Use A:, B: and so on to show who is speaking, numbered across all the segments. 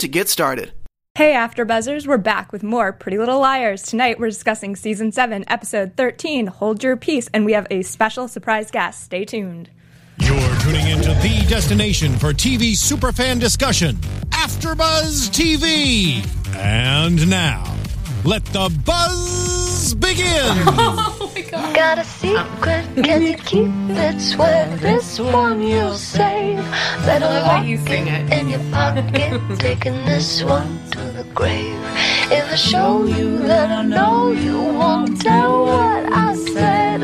A: to get started.
B: Hey, AfterBuzzers! We're back with more Pretty Little Liars. Tonight, we're discussing season seven, episode thirteen, "Hold Your Peace," and we have a special surprise guest. Stay tuned.
C: You're tuning into the destination for TV superfan discussion, AfterBuzz TV. And now, let the buzz begin.
D: Got a secret, can you keep it? Swear this one you'll save. Better lock
E: you sing
D: it in your pocket, taking this one to the grave. If I show you that I know you won't tell what I said,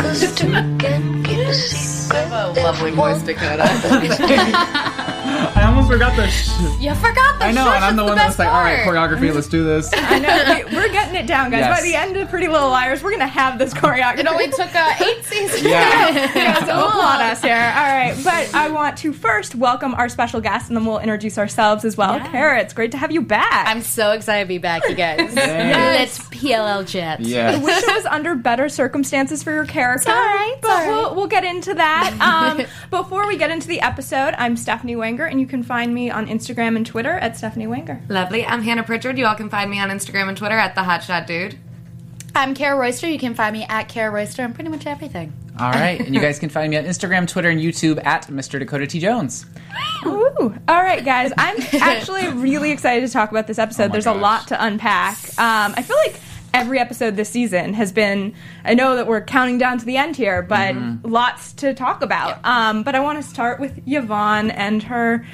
D: cause two can keep a secret.
E: A lovely
D: if
E: voice,
D: one
E: Dakota.
F: I almost forgot the. Sh-
G: You forgot the
F: I know,
G: shush,
F: and I'm
G: it's
F: the one that's
G: best
F: like, all right,
G: part."
F: choreography, let's do this.
B: I know we- we're getting it down, guys.
F: Yes.
B: By the end of Pretty Little Liars, we're gonna have this choreography.
G: It only took uh, eight seasons.
F: Yeah.
B: You guys applaud us here. All right, but I want to first welcome our special guest, and then we'll introduce ourselves as well.
G: Yeah.
B: Kara, it's great to have you back.
G: I'm so excited to be back, you guys. Let's PLL jet.
F: Yeah.
B: wish it was under better circumstances for your character.
G: all right, it's
B: but
G: all
B: We'll,
G: right.
B: we'll get into that. Um, before we get into the episode, I'm Stephanie Wenger, and you can find me on Instagram and Twitter at Stephanie Wenger.
E: Lovely. I'm Hannah Pritchard. You all can find me on Instagram and Twitter at the Hotshot Dude.
G: I'm Kara Royster. You can find me at Kara Royster on pretty much everything.
H: All right, and you guys can find me on Instagram, Twitter, and YouTube at Mr. Dakota T. Jones.
B: Ooh. All right, guys, I'm actually really excited to talk about this
G: Oh
B: episode. There's a
H: gosh.
B: lot to unpack. Um, I feel like every episode this season has been. I know that we're counting down to the end here, but
G: Mm-hmm.
B: lots to talk about. Um, but I want to start with Yvonne and her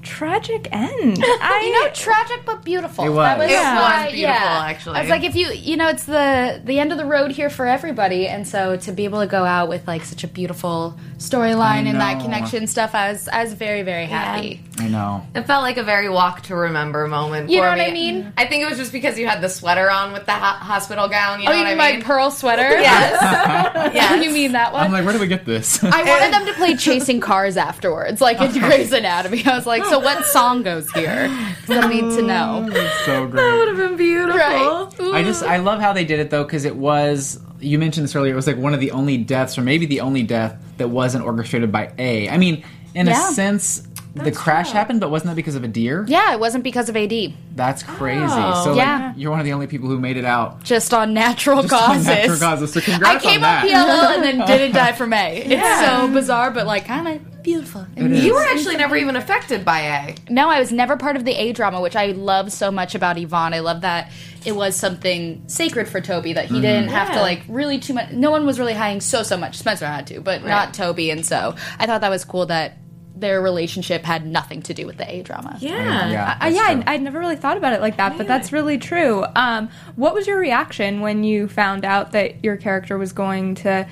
B: tragic end. I
G: You know, tragic but beautiful.
H: It was.
G: That was,
H: It
G: why-
E: was beautiful,
G: yeah.
E: actually.
G: I was like, if you, you know, it's the the end of the road here for everybody, and so to be able to go out with like such a beautiful storyline and that
H: know.
G: connection stuff, I was, I was very, very happy.
H: I know.
E: It felt like a very walk to remember moment.
G: You
E: for
G: know what
E: me.
G: I mean?
E: I think it was just because you had the sweater on with the ho- hospital gown. You know
G: Oh, you
E: what
G: mean
E: I
G: my
E: mean?
G: pearl sweater?
E: yes.
G: You
E: yes.
G: mean that one?
F: I'm like, where do we get this?
G: I wanted them to play Chasing Cars afterwards, like in Grey's Anatomy. I was like, so what song goes here? 'Cause I need to know.
F: so great.
G: Right.
H: I just I love how they did it though because it was you mentioned this earlier. It was like one of the only deaths, or maybe the only death that wasn't orchestrated by A. I mean, in
G: Yeah.
H: a sense, the crash happened, but wasn't that because of a deer?
G: Yeah, it wasn't because of AD.
H: That's crazy. So
G: Yeah.
H: like, you're one of the only people who made it out.
G: Just on natural
F: On
G: causes.
F: natural causes. So
G: I
F: congrats on
G: came
F: that.
G: on PLL and then didn't die from A. It's so bizarre, but like kind of beautiful.
H: It is.
E: You were actually never even affected by A.
G: No, I was never part of the A drama, which I love so much about Yvonne. I love that it was something sacred for Toby that he didn't have to like really too much. No one was really hiding so so much. Spencer had to, but not Toby. And so I thought that was cool that their relationship had nothing to do with the A drama.
E: Yeah.
H: yeah.
B: Uh,
H: that's
B: yeah,
H: true.
B: I, I'd never really thought about it like that, but that's really true. Um, what was your reaction when you found out that your character was going to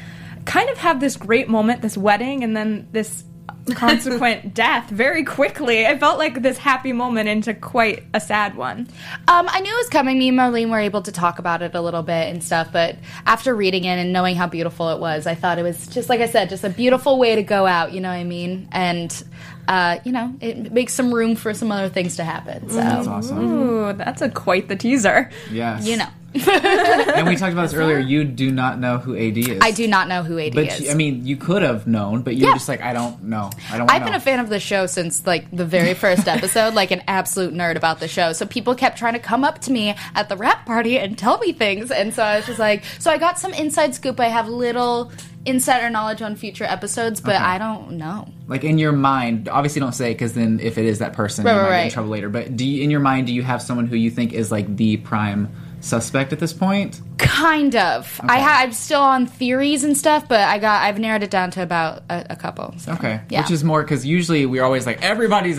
B: kind of have this great moment, this wedding, and then this consequent death very quickly? I felt like this happy moment into quite a sad one.
G: Um, I knew it was coming. Me and Marlene were able to talk about it a little bit and stuff, but after reading it and knowing how beautiful it was, I thought it was just like I said, just a beautiful way to go out. You know what I mean? And uh, you know, it makes some room for some other things to happen. So
H: That's awesome.
B: Ooh, that's a quite the teaser.
H: Yes.
G: Mm. you know.
H: And we talked about this earlier. You do not know who AD is.
G: I do not know who AD
H: But
G: is.
H: you- I mean, you could have known, but you were
G: Yeah.
H: just like, I don't know. I don't.
G: I've
H: know.
G: been a fan of the show since like the very first episode, like an absolute nerd about the show. So people kept trying to come up to me at the rap party and tell me things, and so I was just like, so I got some inside scoop. I have little insider knowledge on future episodes, but I don't know.
H: like in your mind obviously don't say because then if it is that person
G: Right, right,
H: you might get in
G: right.
H: trouble later but do you in your mind do you have someone who you think is like the prime suspect at this point
G: Kind of. I ha- I'm still on theories and stuff, but I got I've narrowed it down to about a, a couple. So.
H: Okay.
G: Yeah.
H: Which is more because usually we're always like everybody's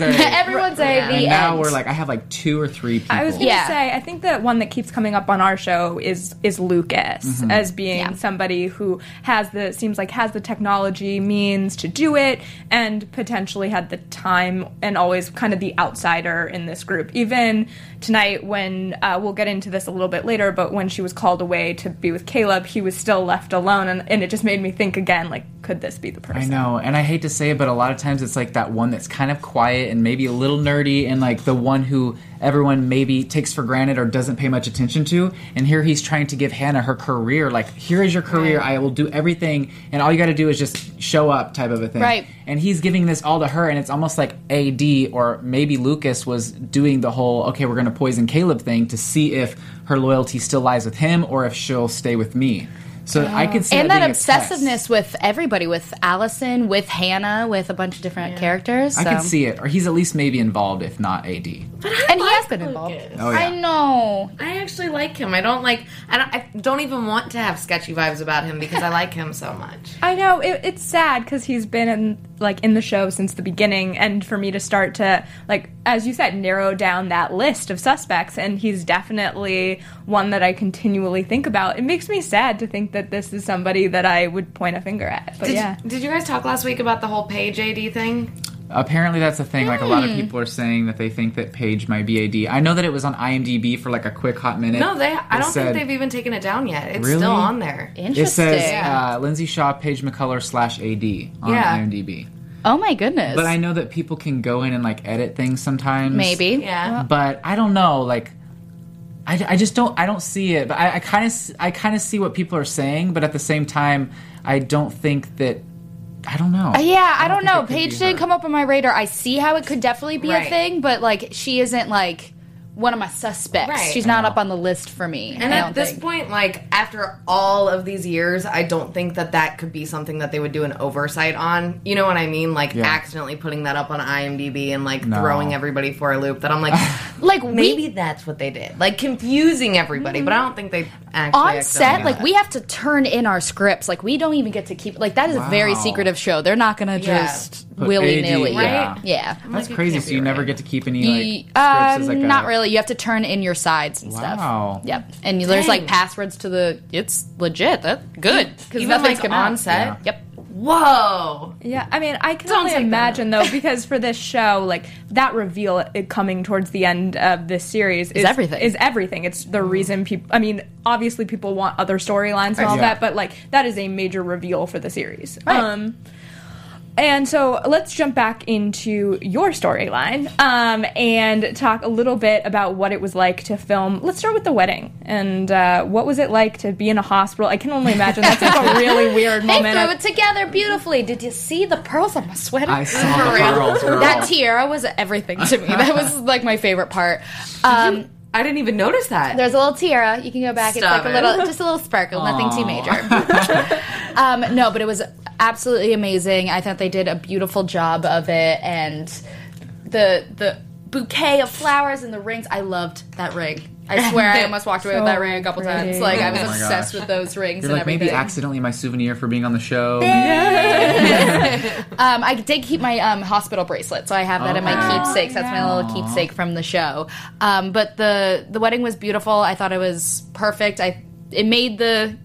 H: A.
G: Everyone's a the
H: and now
G: end.
H: we're like I have like two or three people.
B: I was gonna
G: Yeah.
B: say, I think that one that keeps coming up on our show is is Lucas
H: Mm-hmm.
B: as being
G: Yeah.
B: somebody who has the seems like has the technology means to do it and potentially had the time and always kind of the outsider in this group. Even tonight, when uh, we'll get into this a little bit later, but when she was called away to be with Caleb, he was still left alone, and, and it just made me think again, like, could this be the person?
H: I know, and I hate to say it, but a lot of times it's like that one that's kind of quiet and maybe a little nerdy, and like the one who everyone maybe takes for granted or doesn't pay much attention to. And here he's trying to give Hannah her career. Like, here is your career. I will do everything, and all you got to do is just show up, type of a thing.
G: Right.
H: And he's giving this all to her, and it's almost like AD or maybe Lucas was doing the whole okay, we're going to poison Caleb thing to see if her loyalty still lies with him or if she'll stay with me. So I could see
G: and
H: that
G: that
H: being a test.
G: obsessiveness with everybody, with Allison, with Hannah, with a bunch of different characters.
H: I
G: so.
H: can see it, or he's at least maybe involved, if not AD.
G: and he has been involved.
E: Lucas.
H: Oh, yeah.
G: I know.
E: I actually like him. I don't like. I don't, I don't even want to have sketchy vibes about him because I like him so much.
B: I know it, it's sad because he's been in like in the show since the beginning, and for me to start to like, as you said, narrow down that list of suspects, and he's definitely one that I continually think about. It makes me sad to think that this is somebody that I would point a finger at. But
E: Did,
B: yeah,
E: Did you guys talk last week about the whole pay JD thing?
H: Apparently, that's a thing. Like a
E: Hmm.
H: lot of people are saying that they think that Paige might be AD. I know that it was on IMDb for like a quick hot minute.
E: No, they. I
H: It
E: don't
H: said-
E: think they've even taken it down yet. It's
H: Really?
E: still on there.
H: It
G: Interesting.
H: says uh, Lindsay Shaw, Paige McCullough slash AD on
E: Yeah.
H: IMDb.
G: oh my goodness.
H: But I know that people can go in and like edit things sometimes.
G: Maybe.
E: Yeah.
H: But I don't know. Like, I, I just don't. I don't see it. But I kind of I kind of see what people are saying. But at the same time, I don't think that. I don't know.
G: Yeah, I don't,
H: think it
G: know.
H: could be
G: Paige didn't
H: her.
G: come up on my radar. I see how it could definitely be a
E: Right.
G: thing, but like she isn't like one of my suspects.
E: Right.
G: She's not up on the list for me.
E: And
G: I
E: at
G: don't
E: this
G: think.
E: point, like after all of these years, I don't think that that could be something that they would do an oversight on. You know what I mean? Like
H: Yeah.
E: accidentally putting that up on IMDb and like
H: No.
E: throwing everybody for a loop. That I'm like,
G: like we,
E: maybe that's what they did, like confusing everybody. But I don't think they actually
G: on set,
E: accidentally-
G: like we have to turn in our scripts. Like we don't even get to keep. Like that is a very
H: Wow.
G: secretive show. They're not gonna
E: Yeah.
G: just
H: Put
G: willy nilly.
H: AD, yeah.
G: Yeah.
H: That's
E: Like, it
H: crazy.
E: can't
H: So
E: be
H: you never
E: right.
H: get to keep any like
G: Ye-
H: scripts
G: uh,
H: as like a,
G: not really. You have to turn in your sides and
H: Wow.
G: stuff. Yep. And there's like
E: Dang.
G: passwords to the. It's legit. That's good because
E: Even,
G: nothing's
E: like,
G: come
E: on
G: out.
E: set?
G: Yep.
E: whoa.
B: yeah. I mean, I can
E: Don't
B: only
E: take that.
B: imagine though because for this show, like that reveal it coming towards the end of this series is,
G: everything.
B: Is everything. It's
E: Mm-hmm.
B: the reason people. I mean, obviously people want other storylines and all
H: Yeah.
B: that, but like that is a major reveal for the series.
G: Right.
B: Um, And so let's jump back into your storyline um, and talk a little bit about what it was like to film. Let's start with the wedding. And uh, what was it like to be in a hospital? I can only imagine that's like a really weird
G: They
B: moment.
G: threw it together beautifully. Did you see the pearls on my sweater?
H: I saw the girls. girl.
G: that tiara was everything to me. That was like my favorite part. Um,
E: I didn't even notice that.
G: there's a little tiara. You can go back. it's
E: Stop
G: like
E: it.
G: a little, just a little sparkle. Nothing too major. um, no, but it was absolutely amazing. I thought they did a beautiful job of it, and the the bouquet of flowers and the rings. I loved that ring. I swear, I almost walked away with that ring a couple times. Like I was
H: Oh my
G: obsessed
H: gosh.
G: with those rings and
H: You're like
G: everything.
H: maybe accidentally my souvenir for being on the show.
G: Um, I did keep my um, hospital bracelet, so I have that in my
H: Oh.
G: keepsakes. That's my little keepsake from the show. Um, but the the wedding was beautiful. I thought it was perfect. I it made the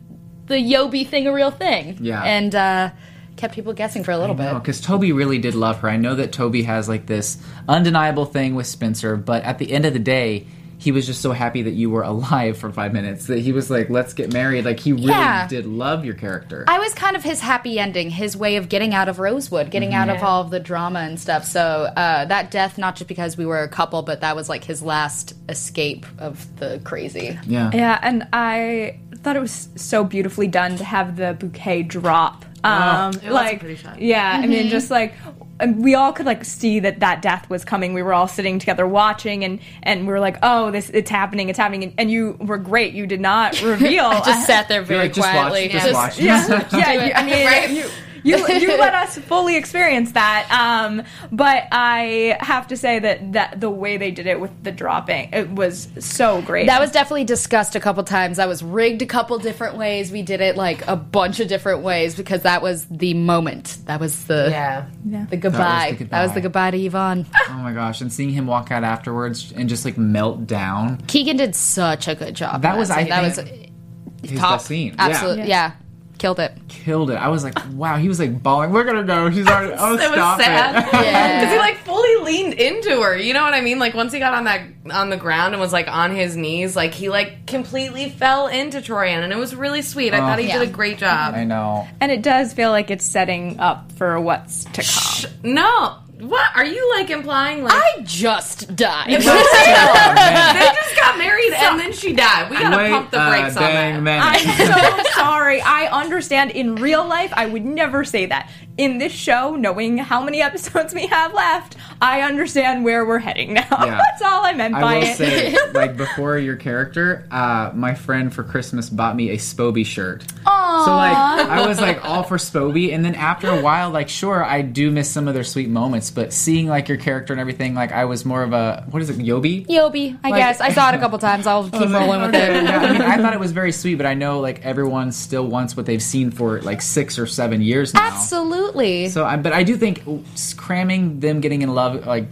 G: the Yobi thing a real thing.
H: Yeah.
G: and uh, kept people guessing for a little bit.
H: because Toby really did love her. I know that Toby has like this undeniable thing with Spencer, but at the end of the day, he was just so happy that you were alive for five minutes that he was like, "Let's get married." Like he really
G: Yeah.
H: did love your character.
G: I was kind of his happy ending, his way of getting out of Rosewood, getting out of all of the drama and stuff. So uh, that death, not just because we were a couple, but that was like his last escape of the crazy.
H: yeah.
B: Yeah, and I thought it was so beautifully done to have the bouquet drop. Um,
E: It was a
B: like,
E: pretty shot.
B: yeah, I mean, just like and we all could like see that that death was coming. We were all sitting together watching, and and we were like, oh, this it's happening, it's happening, and, and you were great. You did not reveal.
G: Just sat there very
H: You're like, just watch,
G: quietly.
H: just watch.
B: yeah, yeah. You, I mean, you, you you let us fully experience that. Um, but I have to say that that the way they did it with the dropping it was so great.
G: That was definitely discussed a couple times. That was rigged a couple different ways. We did it like a bunch of different ways because that was the moment. That was the
E: Yeah.
G: the goodbye.
H: goodbye.
G: That was the goodbye to Yvonne.
H: Oh my gosh! And seeing him walk out afterwards and just like melt down.
G: Keegan did such a good job.
H: That
G: in
H: was, I
G: scene. that
H: think,
G: was
H: his
G: top
H: best scene. Yeah.
G: Absolutely, yeah. killed it.
H: Killed it. I was like, wow. He was like bawling. We're gonna go. She's already. Oh,
E: It was
H: stop
E: sad.
H: it.
E: Because he like fully leaned into her. You know what I mean? Like once he got on that on the ground and was like on his knees, like he like completely fell into Troyan, and it was really sweet. I thought he
G: yeah.
E: did a great job.
H: Oh. I know.
B: and it does feel like it's setting up for what's to come.
E: No, what are you like implying? Like
G: I just died.
E: they just got married and then she died. We gotta
H: Oh, Wait
E: pump the
H: a
E: brakes on
H: dang
E: that.
H: minute.
B: I'm so sorry. I understand in real life, I would never say that. In this show, knowing how many episodes we have left, I understand where we're heading now.
H: Yeah.
B: That's all I meant by
H: I will
B: it.
H: say, like before your character, uh, my friend for Christmas bought me a Spoby shirt. So like I was like all for Spoby, and then after a while, like sure I do miss some of their sweet moments, but seeing like your character and everything, like I was more of a what is it, Yobi?
G: Yobi, I
H: Like-
G: guess I saw it a couple times. I'll
H: Oh,
G: keep rolling with
H: Okay,
G: it.
H: yeah, I mean, I thought it was very sweet, but I know like everyone still wants what they've seen for like six or seven years now.
G: Absolutely.
H: So, I, but I do think cramming them getting in love, like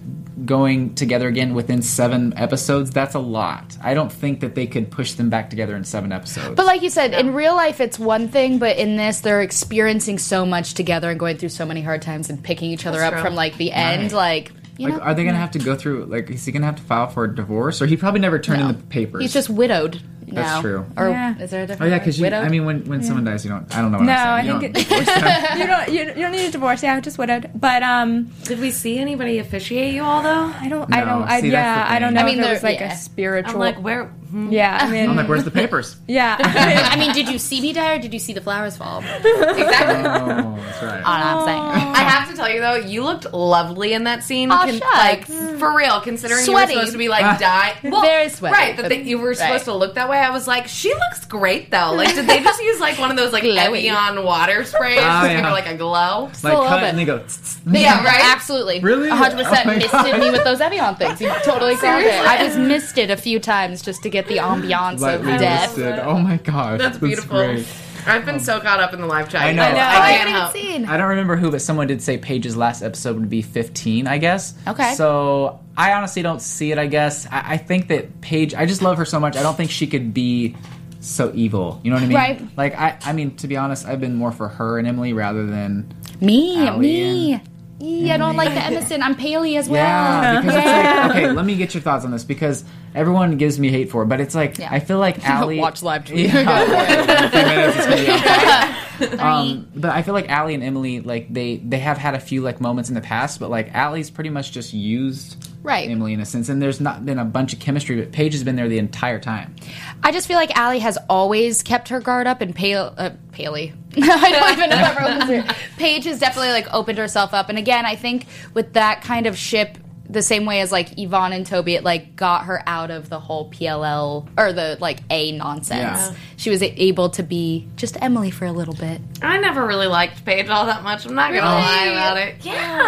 H: going together again within seven episodes, that's a lot. I don't think that they could push them back together in seven episodes.
G: But like you said, in real life it's one thing, but in this they're experiencing so much together and going through so many hard times and picking each other up
E: true.
G: from like the end. Like you
H: like,
G: know,
H: are they gonna have to go through? Like, is he gonna have to file for a divorce, or he probably never turned in the papers?
G: he's just widowed. Now.
H: That's true.
G: Or
B: Yeah.
G: is there a different?
H: Oh yeah,
G: word?
H: because you.
G: widowed?
H: I mean, when when someone dies, you don't. I don't know. What
B: No,
H: I'm saying.
B: I
H: You
B: think
H: don't-
B: you don't you, you don't need a divorce. Yeah, just widowed. But um,
E: Did we see anybody officiate you all though?
B: I don't. I
H: No,
B: don't. I,
H: see, that's
B: yeah,
H: the
B: I don't
H: thing.
B: know.
H: I
B: I
G: mean,
B: mean, if it
G: there-
B: was like
G: yeah.
B: a spiritual.
E: I'm like, where? hmm.
B: yeah, I mean,
H: I'm like, where's the papers? Oh,
B: yeah.
G: I mean, did you see me die or did you see the flowers fall?
E: Exactly.
H: Oh, that's right.
G: I don't know what I'm saying.
E: I have to tell you though, you looked lovely in that scene.
G: Aw,
E: like
G: shucks. Mm.
E: for real, considering
G: Sweaty.
E: you were supposed to be
H: Ah.
E: like die. Well,
G: Very sweaty,
E: Right, that
G: but-
E: they, you were supposed
G: right.
E: to look that way. I was like, she looks great though. Like, did they just use like one of those like
G: Glowy.
E: Evian water sprays
H: Oh,
E: to give
H: yeah.
E: her like a glow?
G: a
H: Like
G: little
H: cut
G: bit.
H: and they go. tss, tss.
G: Yeah,
E: right?
G: Absolutely.
H: Really?
G: 100%
H: Oh my
G: misted
H: God.
G: me with those Evian things. You totally called it. I was missed it a few times just to get the ambiance of
H: Lightly
G: death.
H: listed. Oh my gosh,
E: That's beautiful.
H: great.
E: I've been so caught up in the live chat.
H: I know. I know.
E: I
G: I
E: can't
G: haven't
E: help.
G: seen.
H: I don't remember who, but someone did say Paige's last episode would be 15, I guess.
G: Okay.
H: So I honestly don't see it, I guess. I, I think that Paige, I just love her so much. I don't think she could be so evil. You know what I mean?
G: Right.
H: Like, I, I mean, to be honest, I've been more for her and Emily rather than.
G: Me,
H: Allie
G: me. Eee, I don't like the Emerson. I'm Paley as well. uh-huh.
H: Yeah. Because it's like, okay, let me get your thoughts on this because everyone gives me hate for it, but it's like,
G: Yeah.
H: I feel like Allie.
G: Watch live tweet.
H: Yeah. In a few minutes, it's gonna be on um, but I feel like Allie and Emily, like they they have had a few like moments in the past, but like Allie's pretty much just used
G: Right.
H: Emily in a sense, and there's not been a bunch of chemistry. But Paige has been there the entire time.
G: I just feel like Allie has always kept her guard up, and Pale, uh, Paley. I don't even know that Roman's here. Paige has definitely like opened herself up, and again, I think with that kind of ship, the same way as like Yvonne and Toby, it like got her out of the whole PLL or the like A nonsense.
H: Yeah.
G: She was able to be just Emily for a little bit.
E: I never really liked Paige all that much. I'm not gonna lie about it. Yeah.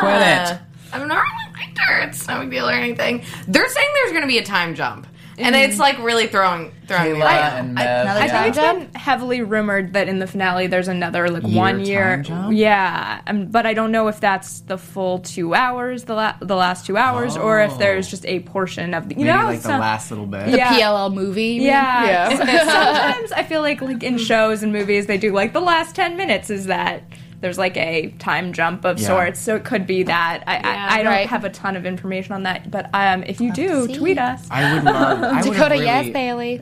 H: Quit it.
E: I'm not really liked her. It's no big deal or anything. They're saying there's gonna be a time jump. And
G: Mm.
E: it's like really throwing throwing me off.
H: and
G: Another
H: Mev,
G: time
B: It's been heavily rumored that in the finale there's another like one
H: time
B: year.
H: jump?
B: Yeah, um, but I don't know if that's the full two hours, the la- the last two hours, or if there's just a portion of the you
H: Oh. Maybe
B: know
H: like the
B: some-
H: last little bit.
B: Yeah.
G: PLL movie. you mean?
B: Yeah. Sometimes I feel like like in shows and movies they do like the last ten minutes is that there's like a time jump of
H: Yeah.
B: sorts, so it could be that. I
E: Yeah,
B: I, I don't
G: right.
B: have a ton of information on that, but um, if you do,
G: see.
B: tweet us.
H: I would love I would
G: Dakota,
H: really,
G: yes, Bailey.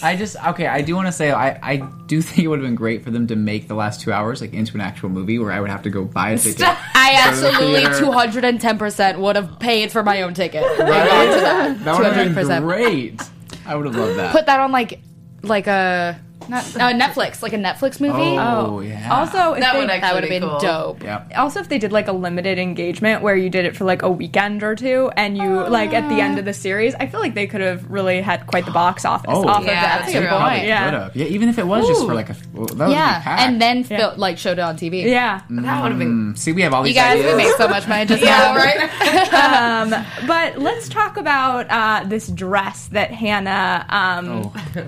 H: I just okay. I do want to say I I do think it would have been great for them to make the last two hours like into an actual movie where I would have to go buy a ticket.
G: I
H: to the
G: absolutely
H: theater.
G: 210% would have paid for my own ticket.
H: that would have been
G: 200%.
H: great. I would have loved that.
G: put that on like like a Not, uh, Netflix, like a Netflix movie.
H: Oh, yeah.
B: Also, if
E: That
B: they,
E: would
G: that would have
E: Actually
G: been
E: cool.
G: dope.
H: yeah.
B: also if they did like a limited engagement where you did it for like a weekend or two, and you
E: Oh,
B: like at the end of the series, I feel like they could have really had quite the box office
H: Oh.
B: off
E: Yeah,
B: of that.
E: that's
B: too.
E: true.
H: Probably
B: Yeah.
H: would've. yeah, even if it was just for
G: Ooh.
H: like a, well, that would be
G: Yeah,
H: packed.
G: and then
B: Yeah.
G: fil- like showed it on TV.
B: Yeah.
H: Mm.
E: That would have been.
H: see, we have all these
G: You guys, we
H: ideas.
G: make so much money just
E: Yeah,
G: now.
E: right?
B: But let's talk about uh, this dress that Hannah. Um,
H: Oh.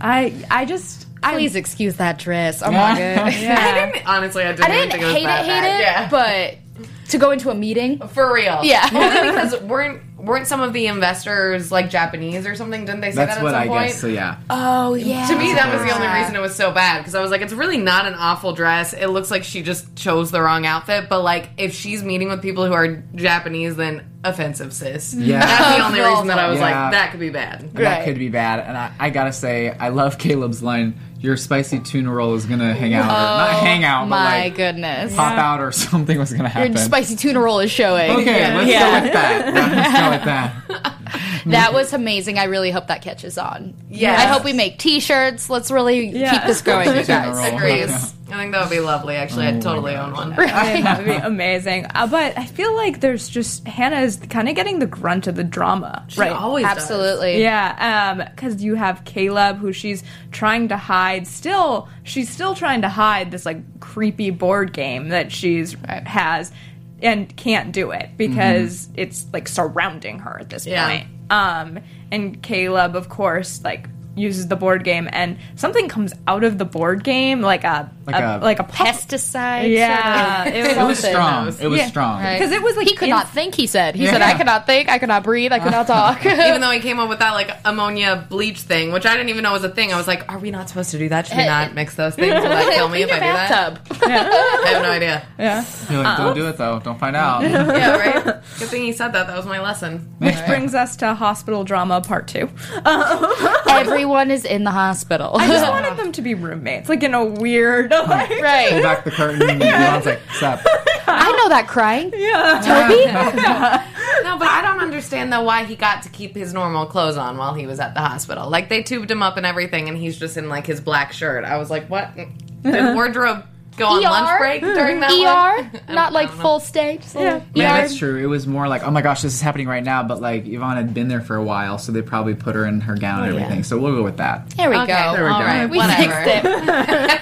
B: I I just
G: Please excuse that dress. Oh my
H: Yeah.
G: god.
B: yeah.
E: Honestly, I didn't,
G: I didn't
E: think it was
G: hate it,
E: that
G: hate
E: bad.
G: it,
E: Yeah.
G: but to go into a meeting,
E: For real.
G: Yeah.
E: Only because weren't weren't some of the investors like Japanese or something? Didn't they say
H: That's
E: that at
H: what
E: some
H: I
E: point?
H: guess. So yeah,
G: oh yeah.
E: To me, that was the only reason it was so bad because I was like, it's really not an awful dress. It looks like she just chose the wrong outfit, but like, if she's meeting with people who are Japanese, then offensive, sis.
H: Yeah.
E: That's the only reason that I was
H: Yeah.
E: like, that could be bad.
H: that
G: Right.
H: could be bad. And I, I gotta say, I love Caleb's line. Your spicy tuna roll is gonna hang out, or not hang out, but
G: Oh My
H: like
G: goodness.
H: pop out or something was gonna happen.
G: Your spicy tuna roll is showing.
H: okay, let's
G: Yeah.
H: go with that. Let's go with that.
G: That was amazing. I really hope that catches on.
E: Yes.
G: I hope we make T-shirts. Let's really
B: Yeah.
G: keep this going, you
H: Tuna
G: guys.
H: roll.
E: Agrees. I think that would be lovely, actually. I'd totally own one.
B: that would be amazing. Uh, but I feel like there's just Hannah is kind of getting the grunt of the drama,
E: She always does.
G: Absolutely.
B: Yeah, because you have Caleb, who she's trying to hide. Still, she's still trying to hide this like creepy board game that she's uh, has, and can't do it because
G: Mm-hmm.
B: it's like surrounding her at this
E: Yeah.
B: point. Um, and Caleb, of course, like uses the board game, and something comes out of the board game, like a
H: Like
B: a,
H: a-
B: like a puff-
G: Pesticide.
B: Yeah, it
H: It was strong. It was
B: Yeah.
H: strong.
G: Right.
B: because it was like
G: He could
B: in-
G: not think. He said. He said,
H: Yeah.
G: "I could not think. I could not breathe. I could not talk."
E: Even though he came up with that like ammonia bleach thing, which I didn't even know was a thing, I was like, "Are we not supposed to do that? Should we
G: Hey.
E: not mix those things? Will that kill me if I do that?" I have no idea.
H: You're like, don't do it though. Don't find out.
E: Yeah, right. Good thing he said that. That was my lesson.
B: Which brings us to hospital drama part two.
G: Everyone is in the hospital.
B: I just wanted them to be roommates, like in a weird, like,
H: Pull
G: right.
H: back the curtain. And John's like, sup.
G: I know that crying.
B: yeah.
G: Toby?
E: No, but I don't understand though why he got to keep his normal clothes on while he was at the hospital. Like they tubed him up and everything, and he's just in like his black shirt. I was like, what? Did wardrobe go on
G: ER?
E: lunch break during that? one?
G: ER? Not like full stage. Yeah.
H: Yeah, that's true. It was more like, oh my gosh, this is happening right now. But like, Yvonne had been there for a while, so they probably put her in her gown and everything. So we'll go with that.
G: Here we go.
H: There we go.
G: We
E: Whatever.
G: fixed it.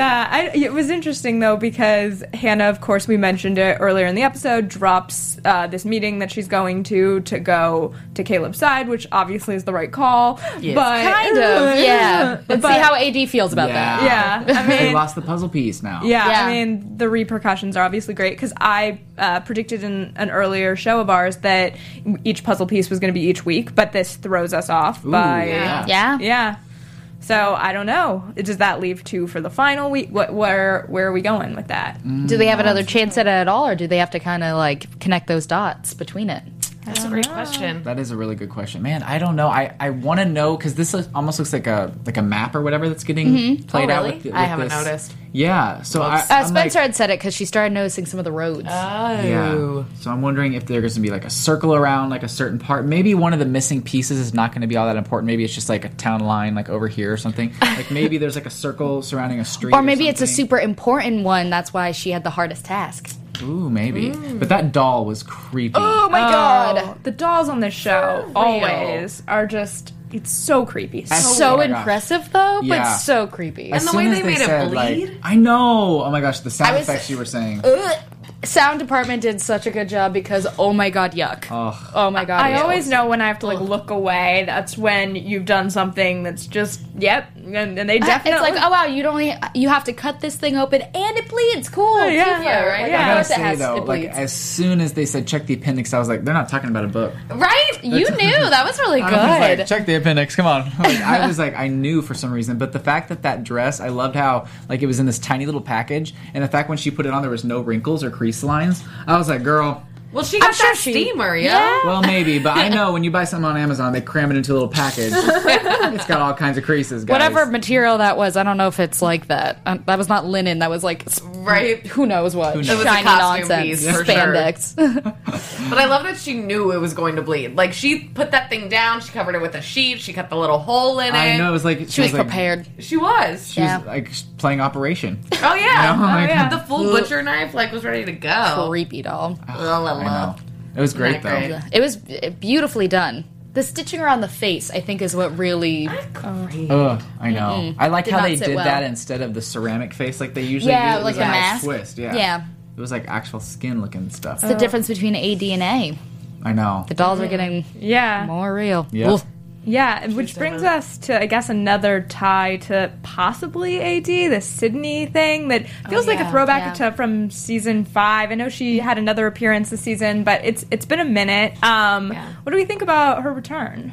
B: Yeah, I, it was interesting though because Hannah, of course, we mentioned it earlier in the episode, drops uh, this meeting that she's going to to go to Caleb's side, which obviously is the right call. but
G: Kind of. Yeah. Let's see
B: But-
G: how AD feels about that.
B: Yeah, I
H: they
B: mean,
H: lost the puzzle piece now.
B: Yeah,
G: Yeah.
B: I mean, the repercussions are obviously great because I uh, predicted in an earlier show of ours that each puzzle piece was going to be each week, but this throws us off
H: Ooh,
B: by.
H: yeah.
G: Yeah.
B: Yeah. So I don't know. Does that leave two for the final week? What, where where are we going with that?
G: Do they have another chance at it at all, or do they have to kind of like connect those dots between it?
E: That's a great question.
H: That is a really good question, man. I don't know. I, I want to know because this looks, almost looks like a like a map or whatever that's getting played
E: Oh,
H: out.
E: really?
H: With, the-
E: I
H: with
E: haven't
H: this.
E: noticed.
H: Yeah. So I,
G: Uh,
H: I'm
G: Spencer
H: Like,
G: had said it because she started noticing some of the roads.
H: yeah. So I'm wondering if there's gonna be like a circle around like a certain part. Maybe one of the missing pieces is not gonna be all that important. Maybe it's just like a town line like over here or something. Like maybe there's like a circle surrounding a street.
G: or maybe it's a
H: something.
G: super important one. That's why she had the hardest task.
H: Ooh, maybe. But that doll was creepy.
G: my
B: Oh, the dolls on this show always are just. It's so creepy. So
G: So
H: Oh my gosh.
G: impressive, though,
H: Yeah.
G: but so creepy.
H: As
E: the way
H: soon
E: they
H: as
E: made it
H: said, like-
E: bleed?
H: I know. Oh my gosh, the sound
G: was-
H: effects you were saying.
G: Sound department did such a good job because oh my god, yuck.
H: Ugh.
G: Oh my god.
B: I
G: ew.
B: always know when I have to like look away. That's when you've done something that's just yep, and, and they definitely
G: It's like, oh wow, you only you have to cut this thing open and it bleeds. Cool.
B: yeah.
G: Kefir.
B: Yeah, right.
G: Like,
B: Yeah.
H: I
G: Of
H: gotta
G: course it
H: say
G: has.
H: though,
G: it
H: like
G: bleeds.
H: as soon as they said check the appendix, I was like, they're not talking about a book.
G: right? You knew that was really
H: I was
G: good.
H: like, check the appendix. Come on. Like, I was like, I knew for some reason, but the fact that that dress, I loved how like it was in this tiny little package, and the fact when she put it on, there was no wrinkles or crease lines. I was like, girl,
E: Well, she got
G: sure
E: that
G: she-
E: steamer, yeah.
H: Well, maybe, but I know when you buy something on Amazon, they cram it into a little package. it's got all kinds of creases, guys.
G: Whatever material that was, I don't know if it's like that. Um, that was not linen. That was like s-
E: Right.
G: Who knows what?
E: It was a
G: Shiny
E: costume
G: nonsense.
E: piece, for sure.
G: Spandex.
E: But I love that she knew it was going to bleed. Like she put that thing down, she covered it with a sheet, she cut the little hole in it.
H: I know. It was like
G: she was
H: like,
G: prepared.
E: She was.
H: She was
G: Yeah.
H: like playing Operation.
E: Oh yeah.
H: Oh, my
E: oh, yeah.
H: God.
E: The full butcher knife like was ready to go.
G: Creepy doll.
E: La, la, la.
H: I know. It was great
E: Not
H: though.
E: great.
G: It was uh, beautifully done. The stitching around the face, I think, is what really.
H: Ugh, I know. I like
G: Did
H: how
G: not
H: they
G: sit
H: did
G: well.
H: that instead of the ceramic face like they usually
G: Yeah,
H: do. It
G: like
H: was
G: the
H: a nice
G: mask.
H: twist. Yeah.
G: Yeah.
H: It was like actual skin looking stuff.
E: Oh.
G: It's the difference between AD and A.
H: I know.
G: The dolls are getting
E: Mm-hmm.
B: Yeah.
G: more real.
H: Yeah.
G: Oof.
B: Yeah, which brings us to, I guess, another tie to possibly AD, the Sydney thing that feels like
G: Oh, yeah,
B: a throwback
G: yeah.
B: to from season five. I know she had another appearance this season, but it's it's been a minute. Um,
E: Yeah.
B: What do we think about her return?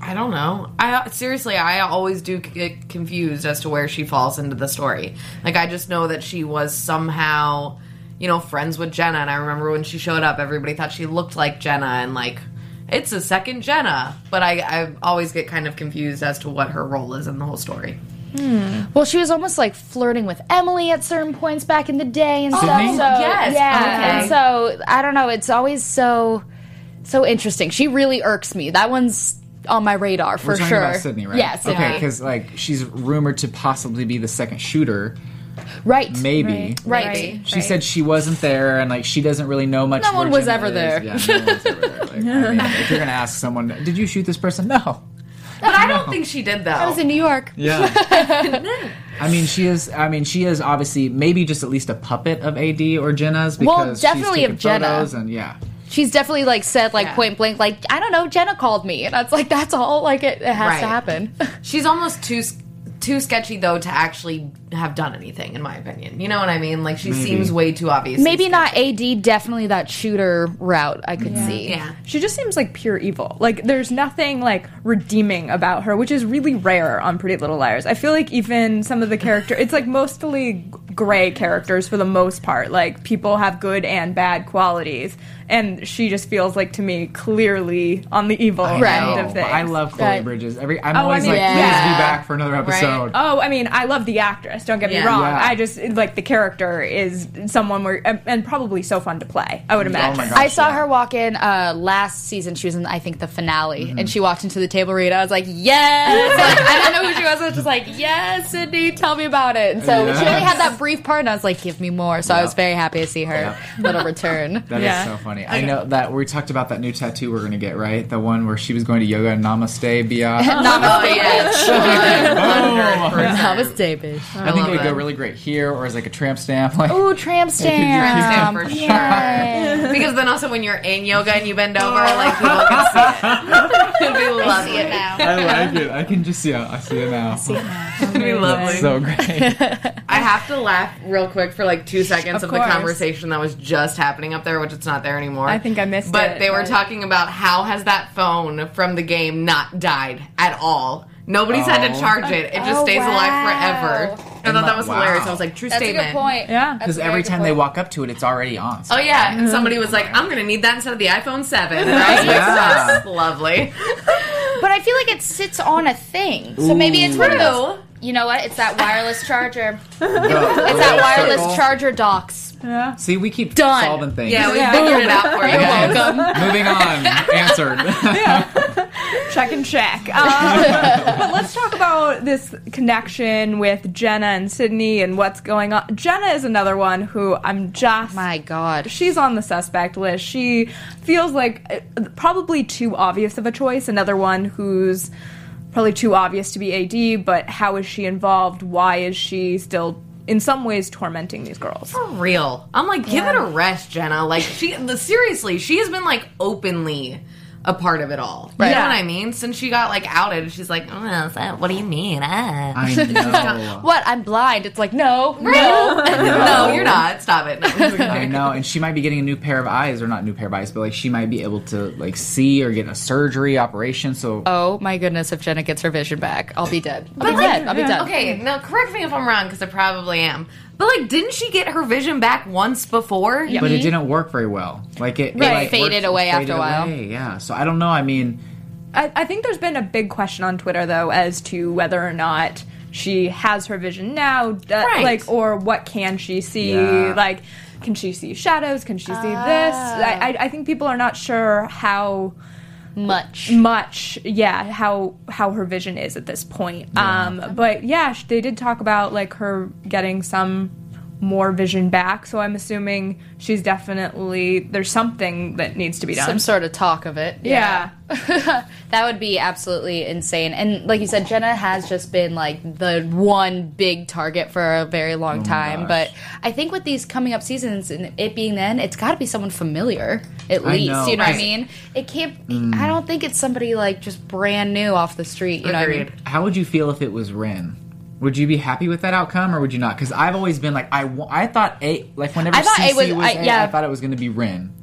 E: I don't know. I seriously, I always do get confused as to where she falls into the story. Like I just know that she was somehow, you know, friends with Jenna and I remember when she showed up everybody thought she looked like Jenna and like it's a second Jenna, but I, I always get kind of confused as to what her role is in the whole story.
G: Well, she was almost like flirting with Emily at certain points back in the day and stuff.
H: Sydney?
G: So
E: Oh, Yes,
G: yeah,
E: okay.
G: and so I don't know. It's always so so interesting. She really irks me. That one's on my radar for
H: We're talking
G: sure.
H: about Sydney, right?
G: Yeah, Sydney.
H: Okay, because like she's rumored to possibly be the second shooter,
G: Right.
H: maybe.
G: Right.
B: Right.
H: She said she wasn't there, and like she doesn't really know much.
G: No one
H: where
G: was ever
H: Jenna is.
G: there.
H: Yeah, no one was ever there. Like, I mean, if you're gonna ask someone, did you shoot this person? No.
E: But I don't think she did though.
G: I was in New York.
H: Yeah. I mean, she is. I mean, she is obviously maybe just at least a puppet of AD or Jenna's because
G: Well,
H: she's
G: definitely of
H: taking
G: Jenna.
H: photos and yeah.
G: She's definitely like said like
E: Yeah.
G: point blank like I don't know. Jenna called me, and that's like that's all like it, it has
E: Right.
G: to happen.
E: She's almost too s- too sketchy though to actually have done anything in my opinion. You know what I mean? Like she seems way too obvious.
G: maybe not AD. Definitely that shooter route. I could see.
E: Yeah.
B: She just seems like pure evil. Like there's nothing like redeeming about her, which is really rare on Pretty Little Liars. I feel like even some of the character, it's like mostly g- gray characters for the most part. Like people have good and bad qualities, and she just feels like to me clearly on the evil
G: Right.
B: end
H: Oh,
B: of
H: but
B: things.
H: I love Chloe
G: Right.
H: Bridges. Every I'm
B: Oh, I
H: always
B: mean,
H: like,
G: yeah.
H: please be back for another episode.
B: Oh, I mean, I love the actress. Don't get me
E: Yeah.
B: wrong.
H: Yeah.
B: I just like the character is someone where and, and probably so fun to play. I would imagine.
H: Oh my God.
G: I saw
H: Yeah.
G: her walk in uh, last season. She was in, I think, the finale, and she walked into the table read. I was like, yes! like, I didn't know who she was. I was just like, yes, Sydney, tell me about it. And so she only had that brief part, and I was like, give me more. So I was very happy to see her little return.
H: That is
B: Yeah.
H: so funny. I know that we talked about that new tattoo we're gonna get, right? The one where she was going to yoga and namaste, bia. Oh,
G: Not
E: Oh yeah.
G: Namaste, bitch.
H: I think it
E: love
H: would go
E: it.
H: really great here, or as like a tramp stamp. Like,
G: Ooh, tramp stamp.
E: for sure. Because then also when you're in yoga and you bend over, like people can see it. It'd be lovely.
H: I like it. I can just yeah, I see it now.
E: It'd be lovely.
H: so great.
E: I have to laugh real quick for like two seconds of,
B: Of
E: the
B: course.
E: conversation that was just happening up there, which it's not there anymore.
B: I think I missed
E: but
B: it,
E: they were
B: but-
E: talking about how has that phone from the game not died at all. Nobody's had to
H: Oh.
E: charge it. It just
G: Oh,
E: stays
G: wow.
E: alive forever. I thought that was
H: wow.
E: hilarious. I was like, true
G: That's a
E: statement.
G: good point.
B: Yeah.
G: That's
H: Because
G: a
H: every
G: very good
H: time they
G: point.
H: walk up to it, it's already on. So
E: Oh yeah,
G: Uh-huh.
E: and somebody was like, "I'm gonna need that instead of the iPhone 7, right?"
H: Yeah.
E: That's lovely.
G: But I feel like it sits on a thing. So maybe it's one of those. You know what? It's that wireless charger.
H: Oh,
G: It's that wireless charger docks.
H: See, we keep
G: Done.
H: solving things.
E: Yeah, we figured it out for you.
H: Guys, Moving on. Answered.
B: Check and check. Um, but let's talk about this connection with Jenna and Sydney and what's going on. Jenna is another one who I'm just.
G: My God.
B: She's on the suspect list. She feels like uh, probably too obvious of a choice. Another one who's probably too obvious to be AD, but how is she involved? Why is she still, in some ways, tormenting these girls?
E: For real. I'm like, give it a rest, Jenna. Like she the- seriously, she has been like openly a part of it all. You know
B: Yeah.
E: what I mean? Since she got like outed, she's like, "Oh, so what do you mean? Ah.
H: I know.
G: What? I'm blind. It's like, no.
E: no, you're not. Stop it.
H: I know, and she might be getting a new pair of eyes, or not new pair of eyes, but like she might be able to like see or get a surgery operation. So
G: Oh my goodness, if Jenna gets her vision back, I'll be dead. I'll be
E: like-
G: dead. I'll be dead.
E: Okay, now correct me if I'm wrong because I probably am. But like, didn't she get her vision back once before? Yeah.
H: but it didn't work very well. Like it, it,
G: Right.
H: like,
G: Faded
H: worked-
G: away after a while.
H: away, Yeah. So I don't know. I mean,
B: I, I think there's been a big question on Twitter though as to whether or not she has her vision now, d-
E: Right.
B: like or what can she see?
H: Yeah.
B: Like, can she see shadows? Can she see this? I, I, I think people are not sure how
G: Much.
B: much, yeah, how how her vision is at this point. Um, but yeah, sh- they did talk about like her getting some more vision back. So I'm assuming she's definitely there's something that needs to be done.
G: Some sort of talk of it.
B: yeah.
G: That would be absolutely insane. And like you said, Jenna has just been like the one big target for a very
H: Oh
G: long time. But I think with these coming up seasons and it being then, it's got to be someone familiar at
H: I
G: least.
H: know, Mm.
G: you know what I
H: right.
G: mean? It can't. I don't think it's somebody like just brand new off the street. You know what I mean?
H: how would you feel if it was Ren? Would you be happy with that outcome, or would you not? Because I've always been like, I, wa- I thought a like whenever
G: I thought A
H: CC was,
G: was- I-
H: A,
G: yeah.
H: I thought it was going to be Ren.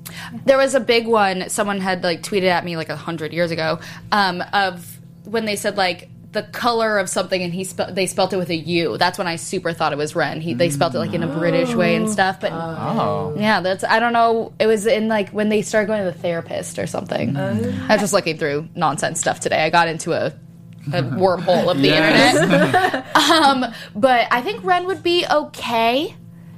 G: There was a big one. Someone had like tweeted at me like a hundred years ago um, of when they said like the color of something and he spe- they spelt it with a U. That's when I super thought it was Ren. He they spelt it like in a British way and stuff. But
H: Oh,
G: yeah, that's I don't know. It was in like when they started going to the therapist or something.
E: Oh.
G: I was just looking through nonsense stuff today. I got into a. A wormhole of the internet, um, but I think Ren would be okay.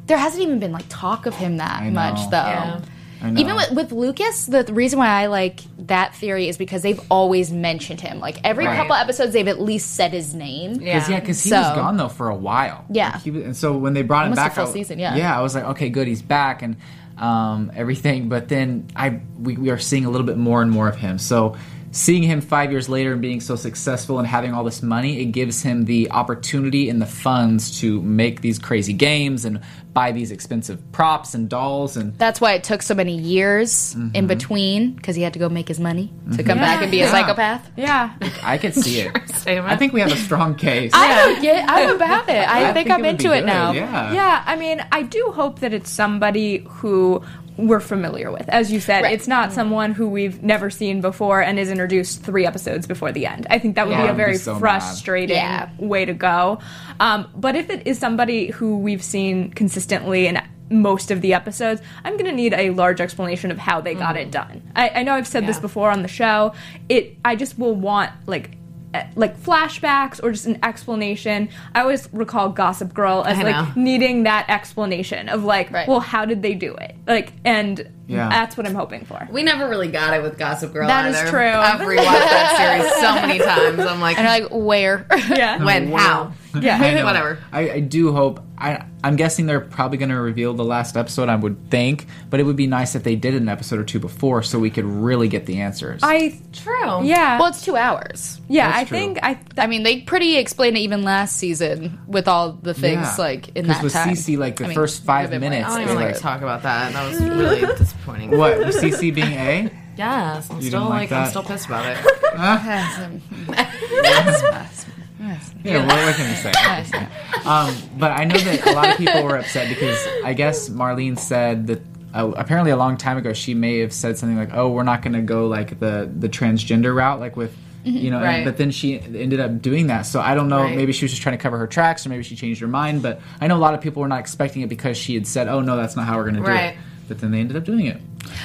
G: There hasn't even been like talk of him that
H: I
G: much
H: know.
G: though.
E: Yeah.
H: I know.
G: Even with, with Lucas, the th- reason why I like that theory is because they've always mentioned him. Like every
H: Right.
G: couple episodes, they've at least said his name.
E: Yeah.
H: Cause, yeah, because he was
G: So-
H: gone though for a while.
G: Yeah.
H: Like, he was, and so when they brought him
G: Almost a
H: back,
G: full
H: I-
G: season, yeah.
H: yeah, I was like, okay, good, he's back and um, everything. But then I we, we are seeing a little bit more and more of him. So seeing him five years later and being so successful and having all this money, it gives him the opportunity and the funds to make these crazy games and buy these expensive props and dolls and
G: That's why it took so many years
H: Mm-hmm.
G: in between because he had to go make his money to come back and be a psychopath.
B: Yeah.
H: I could see it.
E: Statement.
H: I think we have a strong case.
G: I don't get. I'm about it. I, think, I'm
H: would be
G: into it
H: good,
G: now.
H: Yeah.
B: Yeah, I mean, I do hope that it's somebody who we're familiar with. As you said,
G: Right.
B: it's not someone who we've never seen before and is introduced three episodes before the end. I think that would
H: Yeah,
B: be
H: I'd
B: a
H: be
B: very
H: so mad.
B: frustrating
G: Yeah.
B: way to go. Um, but if it is somebody who we've seen consistently in most of the episodes, I'm going to need a large explanation of how they got it done. I, I know I've said this
E: Mm. Yeah.
B: before on the show. It, I just will want like. eh, Like flashbacks or just an explanation. I always recall Gossip Girl as
E: I
B: like
E: know.
B: needing that explanation of like,
G: Right.
B: well, how did they do it? Like, and
H: Yeah.
B: that's what I'm hoping for.
E: we never really got it with Gossip Girl.
B: That is
E: either.
B: true.
E: I've rewatched that series so many times. I'm like,
G: And I'm like, where?
B: Yeah.
E: when, how,
B: yeah.
H: I know.
E: whatever.
H: I, I do hope. I, I'm guessing they're probably going to reveal the last episode. I would think, but it would be nice if they did an episode or two before, so we could really get the answers.
B: I
E: True.
B: yeah
G: well, it's two hours.
B: yeah.
H: that's
B: I think I
G: I mean, they pretty explained it even last season with all the things
H: Yeah.
G: like in
H: 'Cause
G: that
H: with
G: time.
H: CC, like, the
G: I mean,
H: first five
G: would've been oh
H: minutes
E: I don't
H: is
E: even
H: It's
E: like to
H: like-
E: talk about that. That was really disappointing.
H: what CC being A?
E: Yes, I'm still
H: didn't like
E: like, I'm
H: that?
E: still pissed about it.
H: Yeah, what, what can you say? um, but I know that a lot of people were upset because I guess Marlene said that uh, apparently a long time ago she may have said something like, "Oh, we're not going to go like the the transgender route, like with." You know, and-
E: Mm-hmm, Right.
H: but then she ended up doing that. So I don't know.
E: Right.
H: Maybe she was just trying to cover her tracks, or maybe she changed her mind. But I know a lot of people were not expecting it because she had said, "Oh no, that's not how we're going to do
E: Right.
H: it." But then they ended up doing it.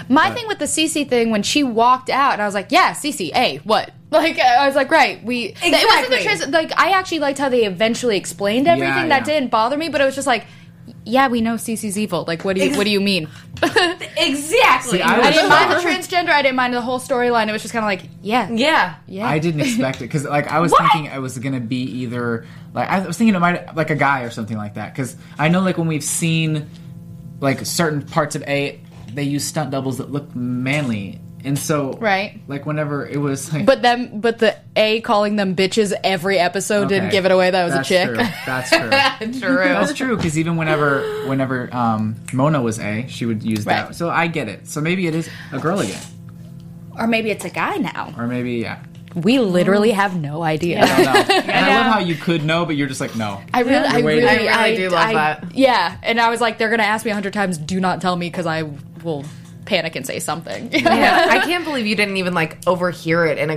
G: My thing with the Cece thing when she walked out, and I was like, "Yeah, Cece, hey, what?" Like I was like, "Right, we." It wasn't the
E: Exactly.
G: trans- like I actually liked how they eventually explained everything.
H: yeah.
G: That didn't bother me, but it was just like, "Yeah, we know Cece's evil." Like, what do you what do you mean?
E: exactly.
H: I
G: I
H: was
G: didn't mind the transgender. I didn't mind the whole storyline. It was just kind of like, yeah,
E: yeah.
G: yeah.
H: I didn't expect it because like I was thinking it was gonna be either like I was thinking it might like a guy or something like that because I know like when we've seen like certain parts of A they use stunt doubles that look manly and so
G: Right.
H: like whenever it was like
G: But them, but the A calling them bitches every episode didn't
H: Okay.
G: give it away. That it was
H: That's
G: a chick.
H: true. That's true.
E: True.
H: That's true because even whenever whenever um, Mona was A she would use
G: Right.
H: that so I get it so maybe it is a girl again
G: Or maybe it's a guy now.
H: or maybe yeah.
G: We literally have no idea.
H: I don't know. And I love how you could know, but you're just like no.
G: I really, I
H: waiting.
G: really,
H: I
E: really do love that.
G: Yeah, and I was like, they're gonna ask me a hundred times, do not tell me, because I will panic and say something.
E: Yeah, I can't believe you didn't even like overhear it in a